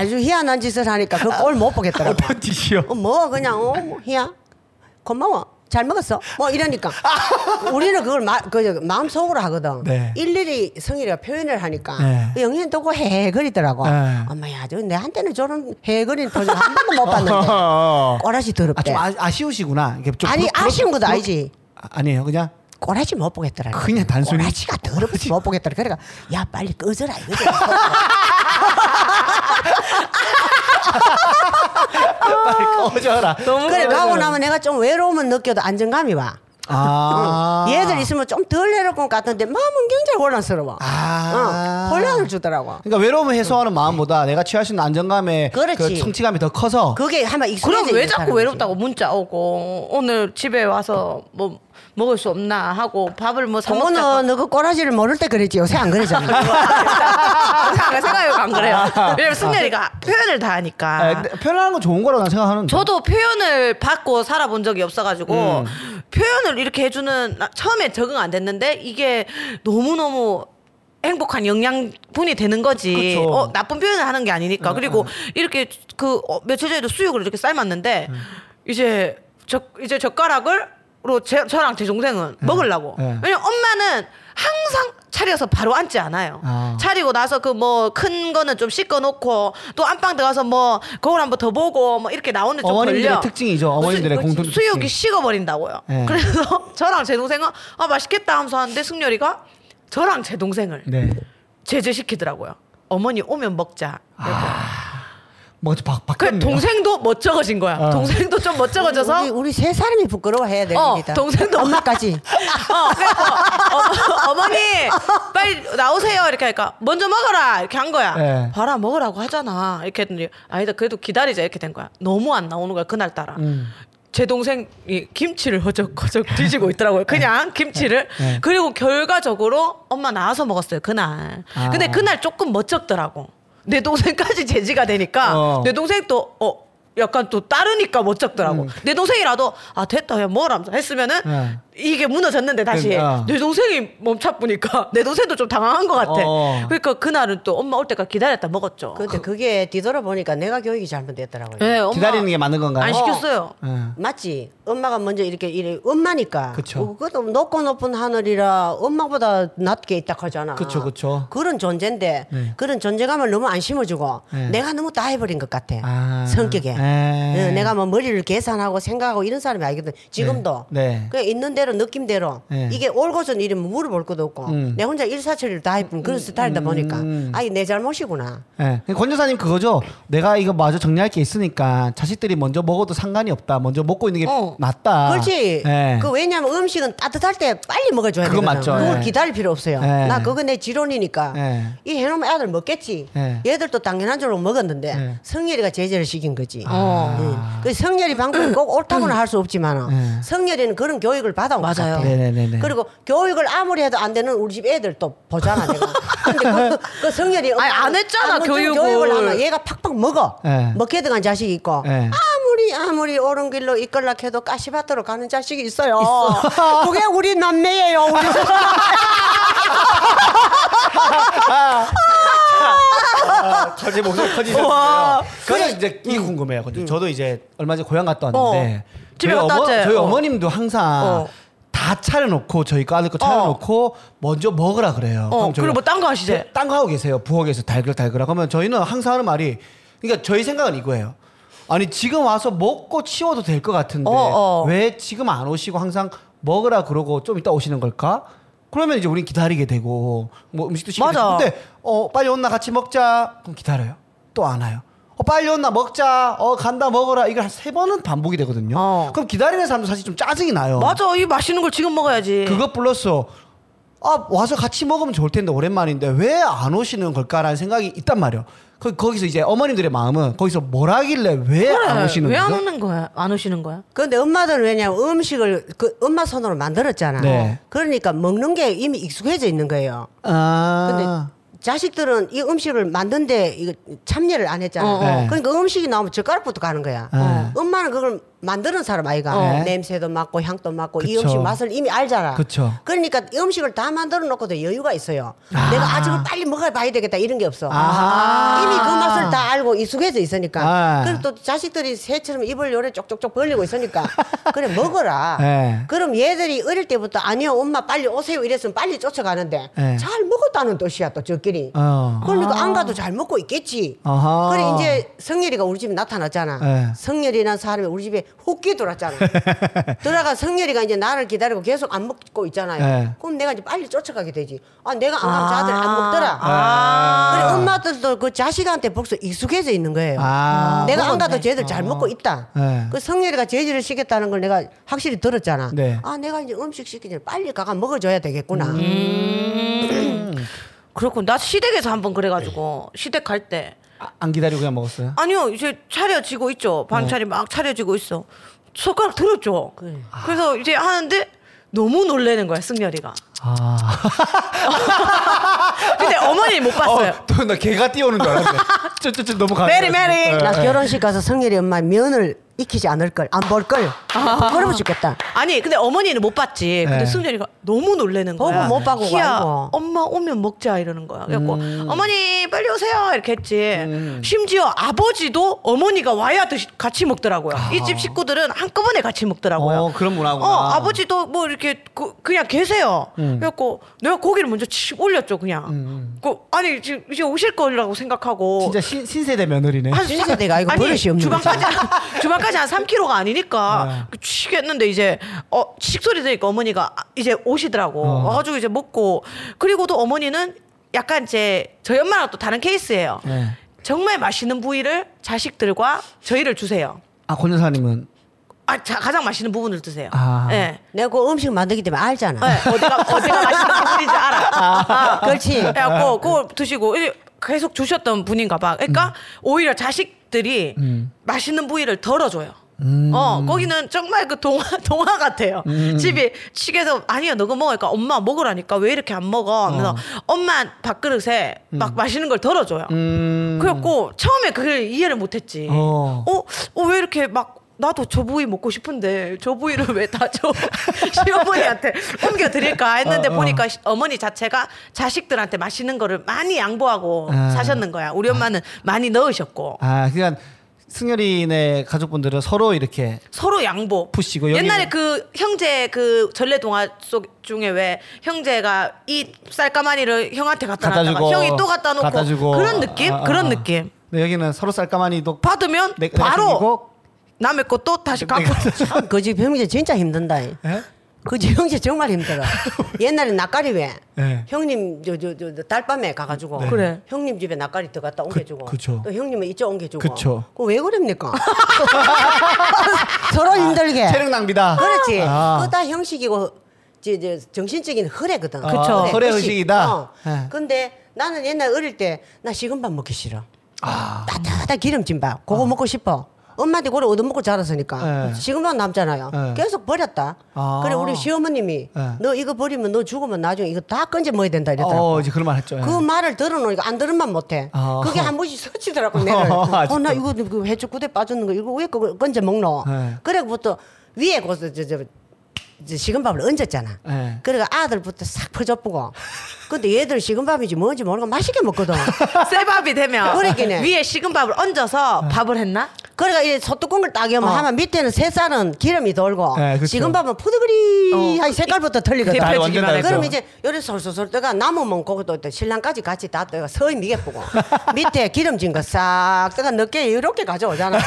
아주 희한한 짓을 하니까 그 꼴 못 보겠더라고. 어떤 짓이요? 어, 뭐 그냥 어, 뭐, 희야 고마워 잘 먹었어 뭐 이러니까 우리는 그걸 마, 그 마음속으로 하거든 네. 일일이 성일이가 표현을 하니까 네. 영희는 또 그거 헤헤거리더라고 네. 엄마야 저 내한테는 저런 헤헤거리는 표정 한 번도 못 [LAUGHS] 봤는데 어. 꼬라지 더럽대 아좀 아, 아, 아쉬우시구나. 이게 좀 니 부러- 부러- 아쉬운 것도 부러- 알지 아, 아니에요. 그냥 꼬라지 못 보겠더라 그냥 단순히- 꼬라지가 더럽지 못 보겠더라 그러니까 야 빨리 꺼져라 이거지 아, [LAUGHS] 빨리 꺼져라. 그래 가고 나면 내가 좀 외로움은 느껴도 안정감이 와 아. 얘들 있으면 좀 덜 외롭고 같은데 마음은 굉장히 혼란스러워. 아. 어, 혼란을 주더라고. 그러니까 외로움을 해소하는 마음보다 내가 취할 수 있는 안정감에 그렇지. 그 성취감이 더 커서 그게 아마 익숙해져 그럼 왜 있는 자꾸 사람이지. 외롭다고 문자 오고 오늘 집에 와서 뭐 먹을 수 없나 하고 밥을 뭐사 먹자. [LAUGHS] 그거는 너그 꼬라지를 모를 때 그랬지 요새 안 그러잖아. 생각해보안 그래요. 왜냐면 승렬이가 표현을 다 아, 하니까. 근데 표현하는 건 좋은 거라고 난 생각하는데. 저도 표현을 받고 살아본 적이 없어가지고 음. 표현을 이렇게 해주는 나- 처음에 적응 안 됐는데 이게 너무 너무 행복한 영양분이 되는 거지. 그쵸. 음, 어, 나쁜 표현을 하는 게 아니니까. 그리고 이렇게 그 어, 며칠 전에도 수육을 이렇게 삶았는데 음. 이제 젓 이제 젓가락을 로 제, 저랑 제 동생은 먹으려고. 네. 왜냐면 엄마는 항상 차려서 바로 앉지 않아요. 아. 차리고 나서 그 뭐 큰 거는 좀 씻어 놓고 또 안방 들어가서 뭐 거울 한번 더 보고 뭐 이렇게 나오는 좀 어머님들의 걸려. 특징이죠. 어머님들의 수- 공통 수육이 특징. 식어버린다고요. 네. 그래서 [LAUGHS] 저랑 제 동생은 아 맛있겠다 하면서 하는데 승렬이가 저랑 제 동생을 네. 제재시키더라고요. 어머니 오면 먹자. 아, 뭐좀 그 바뀌었네요. 동생도 멋쩍어진 거야. 어. 동생도 좀 멋쩍어져서 우리, 우리 세 사람이 부끄러워해야 되는 어, 일이다. 동생도 [LAUGHS] 엄마까지. 어, 그래서 어머- [LAUGHS] 어머니 빨리 나오세요 이렇게 하니까 먼저 먹어라 이렇게 한 거야 예. 봐라 먹으라고 하잖아 이렇게 했더니 아니다 그래도 기다리자 이렇게 된 거야 너무 안 나오는 거야 그날따라 음. 제 동생이 김치를 허적허적 뒤지고 있더라고요 그냥 김치를 예. 그리고 결과적으로 엄마 나와서 먹었어요 그날 아. 근데 그날 조금 멋쩍더라고 내 동생까지 제지가 되니까 어. 내 동생 또어 약간 또 따르니까 음. 멋쩍더라고. 내 동생이라도 아 됐다 그냥 먹어라 하면서 했으면은 예. 이게 무너졌는데 다시 어. 내 동생이 멈춰보니까 [LAUGHS] 내 동생도 좀 당황한 것 같아. 어. 그러니까 그날은 또 엄마 올 때까지 기다렸다 먹었죠. 근데 그게 뒤돌아보니까 내가 교육이 잘못됐더라고요. 예, 엄마 기다리는 게 맞는 건가요? 안 시켰어요. 예. 맞지? 엄마가 먼저 이렇게 이래 엄마니까. 그쵸. 어, 그것도 높고 높은 하늘이라 엄마보다 낮게 있다 하잖아. 그쵸, 그쵸. 런 존재인데 네. 그런 존재감을 너무 안 심어주고 네. 내가 너무 다 해버린 것 같아. 아. 네. 성격에. 네, 내가 뭐 머리를 계산하고 생각하고 이런 사람이 아니거든. 지금도 네. 네. 그냥 있는 대로 느낌대로 네. 이게 올고전 일이면 물어볼 것도 없고 음. 내 혼자 일사천리를 다 해본 그런 스타일이다 보니까 아이 내 잘못이구나. 예. 권 여사님 그거죠. 내가 이거 마저 정리할 게 있으니까 자식들이 먼저 먹어도 상관이 없다. 먼저 먹고 있는 게 어. 낫다. 그렇지. 예. 그 왜냐면 음식은 따뜻할 때 빨리 먹어줘야 그건 되거든. 맞죠. 그걸 예. 기다릴 필요 없어요. 예. 나 그거 내 지론이니까. 예. 이 해놓으면 애들 먹겠지. 예. 얘들도 당연한 줄로 먹었는데 예. 성열이가 제재를 시킨 거지. 아. 어. 음. 그 성열이 방법이 꼭 옳다고는 할 수 없지만 예. 성열이는 그런 교육을 받아온 것 맞아요. 같아요. 네네네네. 그리고 교육을 아무리 해도 안 되는 우리 집 애들 또 보잖아 내가. 근데 그, 그 성열이 아니, 안 했잖아, 아무튼 교육을. 하면 얘가 팍팍 먹어. 예. 먹게 들어간 자식이 있고 예. 아무리 아무리 옳은 길로 이끌라 해도 가시밭으로 가는 자식이 있어요. [LAUGHS] 그게 우리 남매예요. 우리 커지 목소리 커지셨어요. 그래서 이제 이게 궁금해요. 근데 저도 이제 얼마 전에 고향 갔다 왔는데 음. 어. 집에 저희 갔다 어머, 왔지? 저희 어. 어머님도 항상 어. 다 차려놓고 저희 거 아들 거 차려놓고 먼저 먹으라 그래요. 어, 그럼 저희가 그리고 뭐딴거 하시지? 저- 딴거 하고 계세요. 부엌에서 달그락달그락 하면 저희는 항상 하는 말이 그러니까 저희 생각은 이거예요. 아니 지금 와서 먹고 치워도 될 것 같은데 어, 어. 왜 지금 안 오시고 항상 먹으라 그러고 좀 이따 오시는 걸까? 그러면 이제 우린 기다리게 되고 뭐 음식도 시키고 맞아. 근데 어 빨리 온나 같이 먹자 그럼 기다려요 또 안 와요 어 빨리 온나 먹자 어 간다 먹어라 이걸 한 세 번은 반복이 되거든요 어. 그럼 기다리는 사람도 사실 좀 짜증이 나요 맞아 이 맛있는 걸 지금 예. 먹어야지. 어. 그것 플러스 아 와서 같이 먹으면 좋을 텐데 오랜만인데 왜 안 오시는 걸까라는 생각이 있단 말이에요 그, 거기서 이제 어머님들의 마음은 거기서 뭘 하길래 왜 안 오시는 왜 거죠? 안 오는 거야? 안 오시는 거야? 근데 엄마들은 왜냐면 음식을 그 엄마 손으로 만들었잖아. 네. 그러니까 먹는 게 이미 익숙해져 있는 거예요. 근데 아 자식들은 이 음식을 만든데 이거 참여를 안 했잖아. 그 어, 어. 그러니까 음식이 나오면 젓가락부터 가는 거야. 네. 엄마는 그걸 만드는 사람 아이가 네. 냄새도 맡고 향도 맡고 이 그쵸. 음식 맛을 이미 알잖아. 그쵸. 그러니까 이 음식을 다 만들어 놓고도 여유가 있어요. 내가 아직은 빨리 먹어봐야 되겠다 이런 게 없어. 아하. 이미 그 맛을 다 알고 익숙해져 있으니까. 아. 그럼 또 자식들이 새처럼 입을 요래 쪽쪽쪽 벌리고 있으니까 그래 먹어라. [LAUGHS] 네. 그럼 얘들이 어릴 때부터 아니요 엄마 빨리 오세요 이랬으면 빨리 쫓아가는데 네. 잘 먹었다는 뜻이야 또 저끼리. 어. 그러니까 안 가도 잘 먹고 있겠지. 아하. 그래 이제 성열이가 우리 집에 나타났잖아. 네. 성열이라는 사람이 우리 집에 훅기 [LAUGHS] 돌았잖아. 들어가 성열이가 이제 나를 기다리고 계속 안 먹고 있잖아요. 네. 그럼 내가 이제 빨리 쫓아가게 되지. 아 내가 안 가면 자들 안 먹더라. 아. 그래 엄마들도 그 자식한테 벌써 익숙해져 있는 거예요. 아. 내가 안 가도 쟤들 잘 먹고 있다. 네. 그 성열이가 제지를 시켰다는 걸 내가 확실히 들었잖아. 네. 아 내가 이제 음식 시키니 빨리 가가 먹어줘야 되겠구나. 음. 그렇군. 나 시댁에서 한번 그래가지고 네. 시댁 갈 때. 아, 안 기다리고 그냥 먹었어요. 아니요 이제 차려지고 있죠 어. 반찬이 막 차려지고 있어 젓가락 들었죠 그래. 그래서 이제 하는데 너무 놀래는 거야 승열이가 아. 근데 어머니 못 봤어요 또나 개가 뛰어오는 [LAUGHS] 줄 알았네. 쭈쭈쭈 어, 예. 너무 가. 메리, 메리. 나 네. 결혼식 가서 성열이 엄마 면을 익히지 않을 걸, 안 볼 걸. 그러면 죽겠다. 아니 근데 어머니는 못 봤지 근데 네. 승열이가 너무 놀래는 거야 보고 못 봐고 희야 말고. 엄마 오면 먹자 이러는 거야 그래갖고 음. 어머니 빨리 오세요 이렇게 했지 심지어 아버지도 어머니가 와야 드시, 같이 먹더라고요 이 집 식구들은 한꺼번에 같이 먹더라고요 아. 어 그런 문화구나. 음. 어, 아버지도 뭐 이렇게 그, 그냥 계세요. 그래갖고 내가 고기를 먼저 치 올렸죠, 그냥. 그, 아니, 지금 이제 오실 거라고 생각하고. 진짜 신, 신세대 며느리네. 한 신세대가 이거 버릇이 없는 네. 주방까지 한- 주방까지 한 3kg가 아니니까 그 치겠는데 이제 어 식소리 들으니까 어머니가 아, 이제 오시더라고 어. 와가지고 이제 먹고 그리고도 어머니는 약간 이제 저희 엄마랑 또 다른 케이스예요. 네. 정말 맛있는 부위를 자식들과 저희를 주세요. 아 권여사님은 아 자, 가장 맛있는 부분을 드세요. 아. 네. 내가 그 음식 만들기 때문에 알잖아. 네, 어디가 어디가 맛있는 부분인지 알아. 그렇지. 그래갖고 그거 드시고 이제 계속 주셨던 분인가 봐. 그러니까 오히려 자식들이 맛있는 부위를 덜어줘요. 음. 어 거기는 정말 그 동화 [LAUGHS] 동화 같아요. 집이 식에서 아니야 너가 먹으니까 엄마 먹으라니까 왜 이렇게 안 먹어? 그래서 엄마 밥그릇에 막 맛있는 걸 덜어줘요. 음. 그래갖고 처음에 그걸 이해를 못했지. 어. 어, 어, 왜 이렇게 막 나도 저 부위 먹고 싶은데 저 부위를 왜 다 저 [LAUGHS] 시어머니한테 옮겨드릴까 했는데 어, 어. 보니까 시- 어머니 자체가 자식들한테 맛있는 거를 많이 양보하고 아. 사셨는 거야. 우리 엄마는 많이 넣으셨고 아 그러니까 승열이네 가족분들은 서로 이렇게 서로 양보. 푸시고 여기는- 옛날에 그 형제 그 전래 동화 속 중에 왜 형제가 이 쌀까마니를 형한테 갖다 갖다 놨다가 주고 형이 또 갖다 놓고 갖다 주고. 그런 느낌? 아, 아, 그런 아. 느낌. 근데 여기는 서로 쌀까마니도 받으면 내- 내가 바로 생기고 남의 것도 다시 갖고 [LAUGHS] 그 집 형제 진짜 힘든다. 예? 그 집 형제 [LAUGHS] 정말 힘들어. 옛날에 낯가리 왜? 네. 형님 저 저 저 달밤에 가가지고 네. 그래. 형님 집에 낯가리 들어갔다 옮겨주고 그쵸. 또 형님은 이쪽 옮겨주고 그쵸. 그왜 [LAUGHS] 그럽니까? 서로 힘들게. 아, 체력 낭비다. 그렇지. 아. 그거 다 형식이고 이제, 이제 정신적인 허례거든. 네, 아, 그쵸. 허례 의식이다. 어. 네. 근데 나는 옛날 어릴 때 나 식은밥 먹기 싫어. 아, 따뜻하다 기름진 밥. 그거 먹고 싶어. 엄마한테 그걸 얻어먹고 자랐으니까 네. 식은밥 남잖아요. 네. 계속 버렸다. 아. 그래 우리 시어머님이 네. 너 이거 버리면 너 죽으면 나중에 이거 다 건져 먹어야 된다 이랬더라고. 어 이제 그런 말 했죠. 예. 그 말을 들어놓으니까 안 들은 만 못해. 아. 그게 한 번씩 [LAUGHS] 스치더라고 내를. 어, 아직도. 어, 나 이거 그 해초 구대 빠졌는 거 이거 왜 그걸 건져 먹노? 네. 그래부터 위에 거기서 저, 저, 저 식은밥을 얹었잖아. 네. 그래가 아들부터 싹 퍼져보고. 근데 얘들 식은밥인지 뭔지 모르고 맛있게 [LAUGHS] 먹거든. 쇠밥이 되면 그러긴 해. 위에 식은 밥을 얹어서 밥을 했나? 그래가 그러니까 이소뚜껑을딱 하면 하면 밑에는 새살은 기름이 돌고 어. 네, 그쵸. 식은밥은 푸드그리한 색깔부터 틀리거든. 그 아, 완전 펴지기만 다르죠. 해도. 네, 그럼 이제 요래 솔솔솔 떠가 남으면 그것도 또 신랑까지 같이 다 떠가 서히 미개쁘고 [LAUGHS] 밑에 기름진 거 싹 떠가 늦게 이렇게 가져오잖아.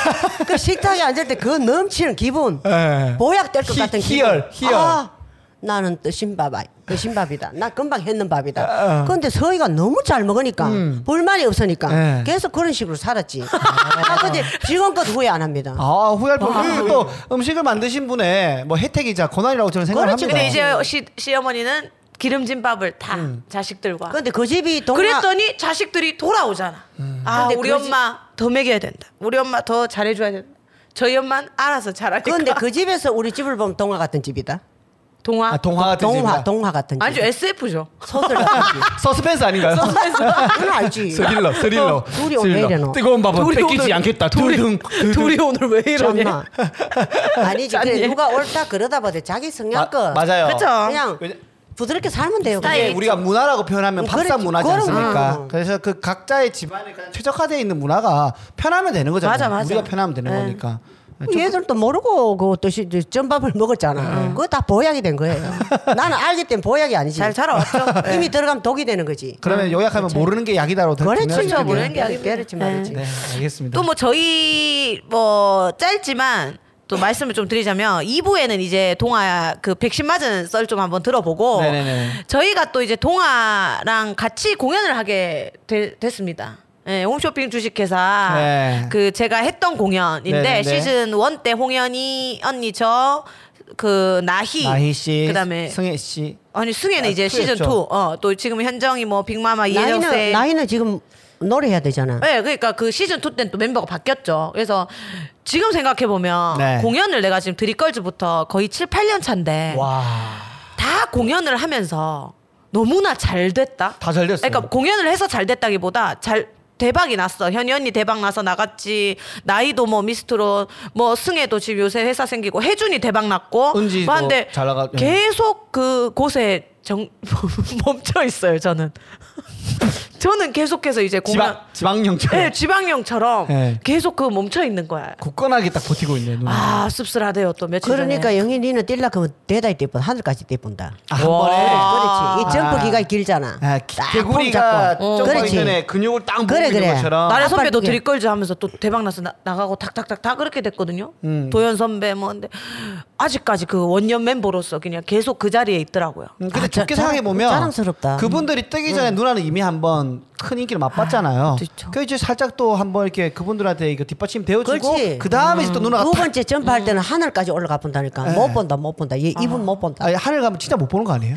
그 식탁에 앉을 때 그 넘치는 기분, 예. 보약 될 것 희- 같은 기분. 희열, 희열. 아, 나는 뜨신밥 아이, 그 뜨신밥이다. 나 금방 했는 아, 어. 밥이다. 그런데 서희가 너무 잘 먹으니까 불만이 없으니까 음. 예. 계속 그런 [LAUGHS] 식으로 살았지. 나 근데 지금껏 후회 안 합니다. 아 후회할 뻔. 또 음식을 만드신 분의 뭐 혜택이자 권한이라고 저는 생각합니다. 그렇지, 그렇죠. 근데 이제 시, 시어머니는 기름진 밥을 다 자식들과 근데 음. 그 집이 동네 그랬더니 자식들이 돌아오잖아. 아 근데 우리 그 집- 엄마 더 먹여야 된다. 우리 엄마 더 잘해줘야 된다. 저희 엄마는 알아서 잘하니까. 그 근데 그 집에서 우리 집을 보면 동화 같은 집이다. 동화. 아, 동화 같은 동화 집이다. 동화 같은 아니죠 집. SF죠. 소설 같은 집. 서스펜스 아닌가요? 그건 알지. 스릴러, 스릴러. 어, 둘이 오늘 스릴러. 왜 이래노? 뜨거운 밥은 둘이 뺏기지 오늘- 않겠다. 둘이, 두둥, 두둥. 둘이 오늘 왜 이러냐. 존나. 아니지. 짠예. 그래, 누가 옳다 그러다 봐도 자기 마- 성향껏 맞아요. 그쵸? 그냥 왜냐- 부드럽게 살면 돼요. 스타일. 이게 우리가 문화라고 표현하면 음, 팝상 그렇죠. 그렇지. 문화지 그거는 않습니까? 아. 그거는. 그래서 그 각자의 집안에 그냥 최적화되어 있는 문화가 편하면 되는 거잖아요. 맞아, 맞아. 우리가 편하면 되는 네. 거니까. 그냥. 얘들도 모르고 그 뜻이 전밥을 네. 먹었잖아. 그거 다 보약이 된 거예요. 나는 알기 때문에 보약이 아니지. 잘 자라왔죠. 네. [LAUGHS] 이미 들어가면 독이 되는 거지. 그러면 요약하면 모르는 게 약이다로 들- 그렇지, 정리할 수 진짜 네. 있겠네요. 그렇죠. 모르는 게 그냥 아니고. 깨르지 말지. 네, 알겠습니다. 또 뭐 저희 뭐 짧지만 또 말씀을 좀 드리자면 2부에는 이제 동아 그 백신 맞은 썰 좀 한번 들어보고 네네네. 저희가 또 이제 동아랑 같이 공연을 하게 되- 됐습니다. 예, 홈쇼핑 주식회사 네. 그 제가 했던 공연인데 네네네. 시즌 1 때 홍현이 언니 저 그 나희, 나희 씨, 그다음에 승혜 씨. 아니 승혜는 아, 이제 투였죠. 시즌 2 어, 또 지금 현정이 뭐 빅마마 이혜영 나이는 쌤 나이는 지금 노래해야 되잖아. 네, 그러니까 그 시즌 2 때는 또 멤버가 바뀌었죠. 그래서 지금 생각해 보면 네. 공연을 내가 지금 드리걸즈부터 거의 7, 8년 네. 차인데 와, 다 공연을 하면서 너무나 잘 됐다. 다 잘 됐어요. 그러니까 공연을 해서 잘 됐다기보다 잘 대박이 났어. 현이 언니 대박 나서 나갔지. 나이도 뭐 미스트롯, 뭐 승혜도 지금 요새 회사 생기고 혜준이 대박 났고. 은지도 뭐 한데 잘 나가- 예. 계속 그 곳에 정 [LAUGHS] 멈춰 있어요. 저는. [LAUGHS] 저는 계속해서 이제 공연 지방 지방령처럼 네, 지방령처럼 네. 계속 그 멈춰 있는 거야. 굳건하게 딱 버티고 있네. 눈. 아, 아 씁쓸하대요 또 며칠 전에. 그러니까 영희 니는 뛸라 그러면 대다이 때 하늘까지 때본다. 아, 한 번에. 아, 그렇지. 이 점프 아. 기가 길잖아. 아, 기- 딱 개구리가 폼 잡고. 어, 점프하기 그렇지. 전에 근육을 딱 그래, 모으는 그래. 것처럼. 나래 선배도 아빠- 드립걸즈 하면서 또 대박 나서 나, 나가고 탁탁탁 다 그렇게 됐거든요. 음. 도현 선배 뭐 근데 아직까지 그 원년 멤버로서 그냥 계속 그 자리에 있더라고요. 음, 근데 아, 자- 좋게 자랑- 생각해 보면 자랑스럽다. 음. 그분들이 뜨기 전에 누나는 이미 한번 큰 인기를 맛봤잖아요. 그렇죠. 그 이제 살짝 또 한번 이렇게 그분들한테 이거 뒷받침 되어주고 그렇지. 그 다음에 이제 또 누나가 두 탁- 음. 네. 번째 점프할 때는 하늘까지 올라가 본다니까. 못 본다, 못 본다. 얘 이분 못 본다. 아니, 하늘 가면 진짜 못 보는 거 아니에요?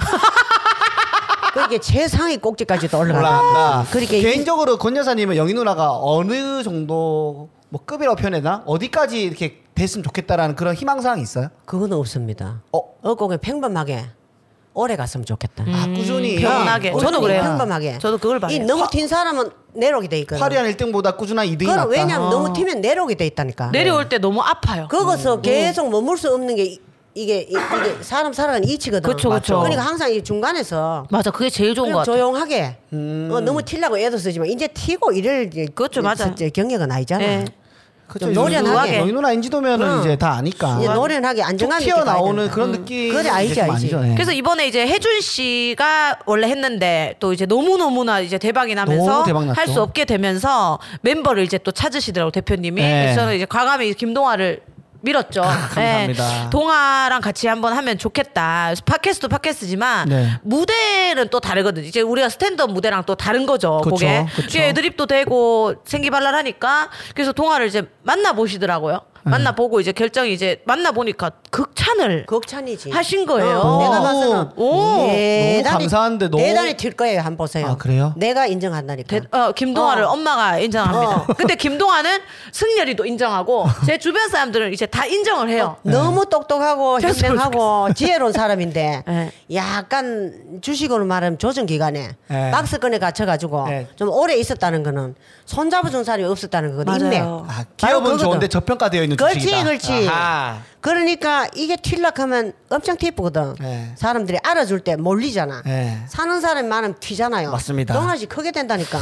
그렇게 최상위 그러니까 꼭지까지도 올라간다. 그러니까 몰라. 아. 그렇게 개인적으로 권 여사님은 영희 누나가 어느 정도 뭐 급이라고 표현해나 어디까지 이렇게 됐으면 좋겠다라는 그런 희망사항이 있어요? 그건 없습니다. 어? 어공에 평범하게 오래 갔으면 좋겠다. 아, 꾸준히 어, 평온하게. 꾸준히 음. 저도 그래요. 평범하게. 저도 그걸 바래요. 이 너무 튄 사람은 내려오게 돼 있거든. 화려한 1등보다 꾸준한 2등이 낫다. 어, 아. 그건 왜냐면 너무 튀면 내려오게 돼 있다니까. 내려올 때 너무 아파요. 거기서 계속 머물 수 없는 게 이- 이게 이- 이게 사람 살아가는 이치거든. 그쵸, 그쵸. 그러니까 항상 이 중간에서 맞아 그게 제일 좋은 것 그냥 같아. 조용하게 음. 어, 너무 튀려고 애도 쓰지만 이제 튀고 이럴 이제 그것도 맞아요. 이제 경력은 아니잖아. 예. 그렇죠. 좀 노련하게. 영희 누나 인지도면은 응. 이제 다 아니까. 이제 노련하게 안정감 있게 가야 튀어나오는 된다. 그런 음. 느낌. 그래, 알지, 알지. 네. 그래서 이번에 이제 혜준 씨가 원래 했는데 또 이제 너무 너무나 이제 대박이 나면서 너무 대박 났죠. 할 수 없게 되면서 멤버를 이제 또 찾으시더라고 대표님이. 네. 그래서 저는 이제 과감히 김동아를 밀었죠. [LAUGHS] 감사합니다. 네. 동아랑 같이 한번 하면 좋겠다. 그래서 팟캐스트도 팟캐스트지만 네. 무대는 또 다르거든. 이제 우리가 스탠드업 무대랑 또 다른 거죠. 그쵸, 그게 그쵸. 이게 애드립도 되고 생기발랄하니까 그래서 동아를 이제 만나 보시더라고요. 네. 만나 보고 이제 결정이 이제 만나 보니까 그 극찬을 극찬이지. 하신 거예요. 어, 내가 오. 봐서는 예, 오. 너무 감사한데 너무- 대단히 튈 거예요. 한번 보세요. 아, 그래요? 내가 인정한다니까. 대- 어, 김동아를 어. 엄마가 인정합니다. 어. 근데 김동아는 승열이도 인정하고 제 주변 사람들은 이제 다 인정을 해요. 어. 네. 너무 네. 똑똑하고 됐으면 현명하고 [LAUGHS] 지혜로운 사람인데 네. 약간 주식으로 말하면 조정 기간에 네. 박스권에 갇혀가지고 네. 좀 오래 있었다는 거는 손잡아준 사람이 없었다는 거거든. 인맥. 아, 바로 기업은 그거거든. 좋은데 저평가되어 있는 그렇지, 주식이다. 그렇지. 아하. 그러니까 이게 틸락하면 엄청 튀쁘거든. 네. 사람들이 알아줄 때 몰리잖아. 네. 사는 사람이 많으면 튀잖아요. 맞습니다. 동아시 크게 된다니까.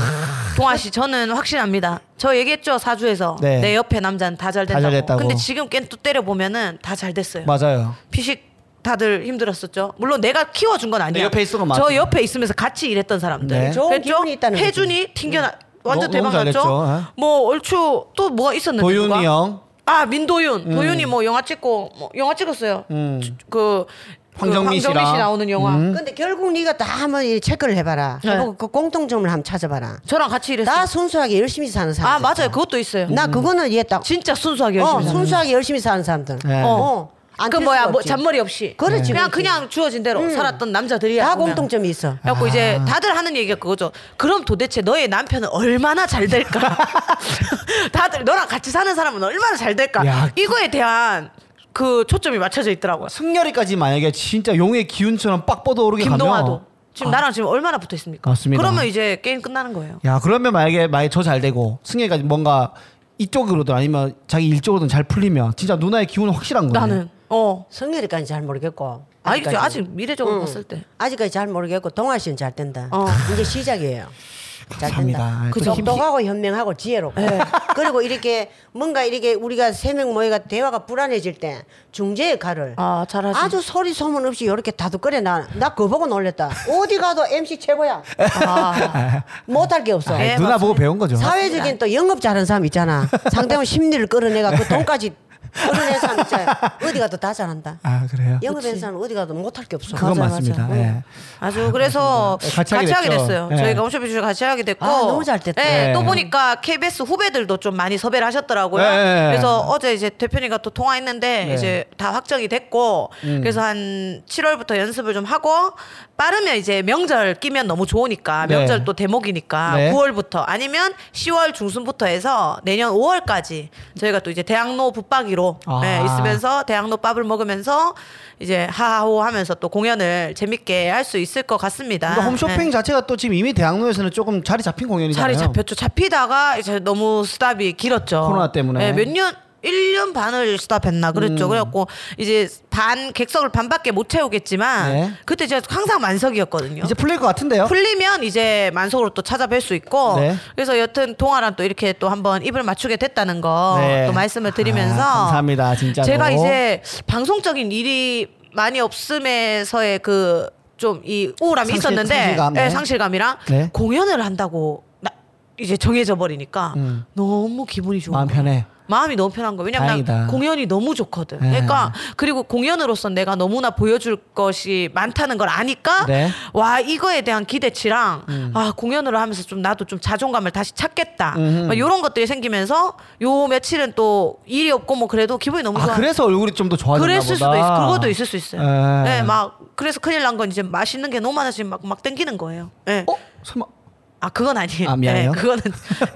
동아 씨 저는 확신합니다. 저 얘기했죠 사주에서 네. 내 옆에 남자는 다 잘 다잘 된다고. 됐다고. 근데 지금 깬또 때려 보면은 다 잘 됐어요. 맞아요. 피식 다들 힘들었었죠. 물론 내가 키워준 건 아니야. 내 옆에 있은 건 저 맞죠. 옆에 있으면서 같이 일했던 사람들. 네. 좋은 그랬죠? 기분이 있다는 거지. 혜준이 튕겨나 완전 음. 너무 잘했죠, 대박났죠. 예. 뭐 얼추 또 뭐가 있었는데 도윤이 누가? 형. 아 민도윤 음. 도윤이 뭐 영화 찍고 뭐 영화 찍었어요 그 황정민 그 황정민 씨랑. 씨 나오는 영화 근데 결국 네가 다 한번 이 체크를 해봐라. 네. 해보고 그 공통점을 한번 찾아봐라. 저랑 같이 일했어요 다 순수하게 열심히 사는 사람. 아 맞아요 그것도 있어요 나 그거는 이해했다. 진짜 순수하게 어, 열심히 살아요. 순수하게 열심히 사는 사람들. 네. 어, 어. 안 그 뛸 뭐야 수가 뭐 없지. 잔머리 없이 네. 그렇지, 그냥 그렇지. 그냥 주어진 대로 살았던 남자들이야 다 보면. 공통점이 아. 있어. 그래갖고 이제 다들 하는 얘기가 그거죠. 그럼 도대체 너의 남편은 얼마나 잘 [LAUGHS] 될까? 다들 너랑 같이 사는 사람은 얼마나 잘 될까? 그 야, 이거에 대한 그 초점이 맞춰져 있더라고요. 승열이까지 만약에 진짜 용의 기운처럼 빡 뻗어오르게 김동화도 가면 아. 지금 나랑 지금 얼마나 붙어 있습니까? 맞습니다. 그러면 이제 게임 끝나는 거예요. 야 그러면 만약에 만약에 저 잘 되고 승열이까지 뭔가 이쪽으로든 아니면 자기 일쪽으로든 잘 풀리면 진짜 누나의 기운은 확실한 거네. 나는 어 성렬이까지 잘 모르겠고. 아니 그 아직까지. 아직 미래적으로 봤을 때 아직까지 잘 모르겠고 동아 씨는 잘 된다. 어. 이제 시작이에요. 잘 감사합니다. 된다. 아이, 그 또 힘- 네. 똑똑하고 현명하고 지혜롭고 그리고 이렇게 뭔가 이렇게 우리가 세 명 모여가 대화가 불안해질 때 중재의 칼을 아, 잘하지. 아주 소리 소문 없이 이렇게 다독거려 나나 그거 보고 놀랬다. 어디 가도 MC 최고야. 아. 못할 게 없어. 예, 아니, 누나 보고 배운 거죠. 사회적인 또 영업 잘하는 사람 있잖아. 상대방 심리를 끌어내가 그 돈까지 끌어낸 사람 있잖아. 어디 가도 다 잘한다. 아 그래요. 영업하는 사람 어디 가도 못할 게 없어. 그건 맞아, 맞습니다. 맞아. 예. 아주 그래서 네, 같이, 같이 하게 하게 됐죠. 됐어요. 네. 저희가 홈쇼핑 주제 같이 하게 됐고 아, 너무 잘 됐다. 네, 네. 또 보니까 KBS 후배들도 좀 많이 섭외를 하셨더라고요. 네. 그래서 어제 이제 대표님과 또 통화했는데 네. 음. 이제 다 확정이 됐고 그래서 한 7월부터 연습을 좀 하고 빠르면 이제 명절 끼면 너무 좋으니까 네. 명절 또 대목이니까 네. 9월부터 아니면 10월 중순부터 해서 내년 5월까지 저희가 또 이제 대학로 붙박이로 아. 네, 있으면서 대학로 밥을 먹으면서 이제 하하호 하면서 또 공연을 재밌게 할 수 있을 것 같습니다. 그러니까 홈쇼핑 네. 자체가 또 지금 이미 대학로에서는 조금 자리 잡힌 공연이잖아요. 자리 잡혔죠. 잡히다가 이제 너무 스탑이 길었죠. 코로나 때문에. 음. 네, 몇 년? 1년 반을 스탑했나 그랬죠. 그래갖고 이제 반 객석을 반밖에 못 채우겠지만 네. 그때 제가 항상 만석이었거든요. 이제 풀릴 것 같은데요. 풀리면 이제 만석으로 또 찾아뵐 수 있고 네. 그래서 여튼 동아랑 또 이렇게 또 한번 입을 맞추게 됐다는 거 또 네. 말씀을 드리면서 아, 감사합니다, 진짜로. 제가 이제 방송적인 일이 많이 없음에서의 그 좀 이 우울함이 상실- 있었는데 상실감, 예, 네. 상실감이랑 네. 공연을 한다고 나- 이제 정해져 버리니까 너무 기분이 좋아 음. 마음 편해. 마음이 너무 편한 거. 왜냐면 난 다행이다. 공연이 너무 좋거든. 네. 그러니까 그리고 공연으로서 내가 너무나 보여줄 것이 많다는 걸 아니까 네. 음. 와 이거에 대한 기대치랑 아 공연을 하면서 좀 나도 좀 자존감을 다시 찾겠다. 막 이런 것들이 생기면서 요 며칠은 또 일이 없고 뭐 그래도 기분이 너무 좋아. 아 그래서 얼굴이 좀 더 좋아졌나 그랬을 보다. 수도 있어. 그것도 있을 수 있어요. 예. 네, 막 그래서 큰일 난 건 이제 맛있는 게 너무 많아지면 막, 막 땡기는 거예요. 예. 어? 설마 아 그건 아니에요. 아, 미안해요. 예, 그거는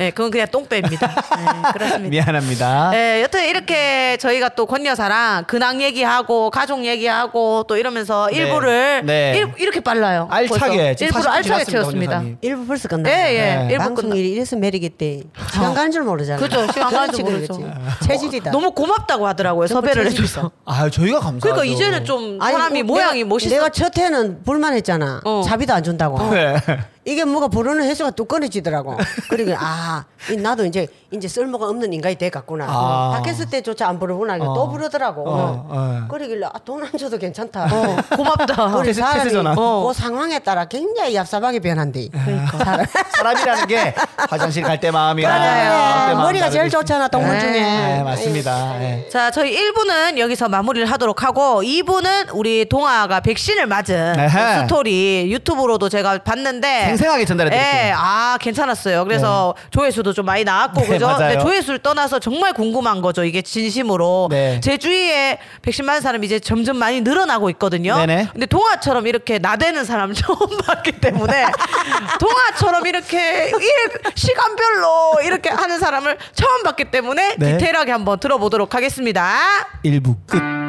예, 그건 그냥 똥배입니다. 예, 그렇습니다. 미안합니다. 네. 예, 여튼 이렇게 저희가 또 권여사랑 근황 얘기하고 가족 얘기하고 또 이러면서 일부를 네. 일, 이렇게 빨라요. 알차게 벌써. 지금 일부러 40분 알차게 지났습니다, 채웠습니다. 권여사님. 일부 벌써 끝나. 예, 예. 네. 일부 끝나. 방송일이 이래서 매력있대. 시간 가는 줄 모르잖아. 그죠, 시간 가는 줄 그렇지, 아. 뭐, 모르죠. 그렇지. 체질이다. 너무 고맙다고 하더라고요. 정말 섭외를 재밌다. 해줘서. 아 저희가 감사하죠. 그러니까 이제는 좀 사람이 어, 모양이 내가- 멋있어. 내가 첫 해는 불만했잖아. 어. 자비도 안 준다고. 네. 이게 뭐가 부르는 횟수가 또 끊어지더라고. 그리고 아, 이 나도 이제 이제 쓸모가 없는 인간이 돼 갔구나. 아. 팟캐스트 때조차 안 부르구나. 이거 또 부르더라고. 어, 어. 그러길래 아, 돈 안 줘도 괜찮다. 어, 고맙다. [LAUGHS] 우리 패스- 패스 사람이 전환. 어. 그 상황에 따라 굉장히 얍삽하게 변한대. 네. 사람- [LAUGHS] 사람이라는 게 화장실 갈 때 마음이랑 맞아요. 나올 때 마음 머리가 제일 다르겠지. 좋잖아, 동물 네. 중에. 네, 맞습니다. 네. 자, 저희 1부는 여기서 마무리를 하도록 하고 2부는 우리 동아가 백신을 맞은 그 에헤. 스토리 유튜브로도 제가 봤는데 생생하게 전달해드릴게요. 예, 아, 괜찮았어요. 그래서 조회수도 좀 많이 나왔고 [LAUGHS] 네, 그죠? 맞아요. 근데 조회수를 떠나서 정말 궁금한 거죠. 이게 진심으로 네. 제 주위에 백신 맞은 사람이 이제 점점 많이 늘어나고 있거든요. 네네. 근데 동아처럼 이렇게 나대는 사람 [LAUGHS] 처음 봤기 때문에 동아처럼 이렇게 일 시간별로 이렇게 하는 사람을 처음 봤기 때문에 네. 디테일하게 한번 들어보도록 하겠습니다. 일부 끝.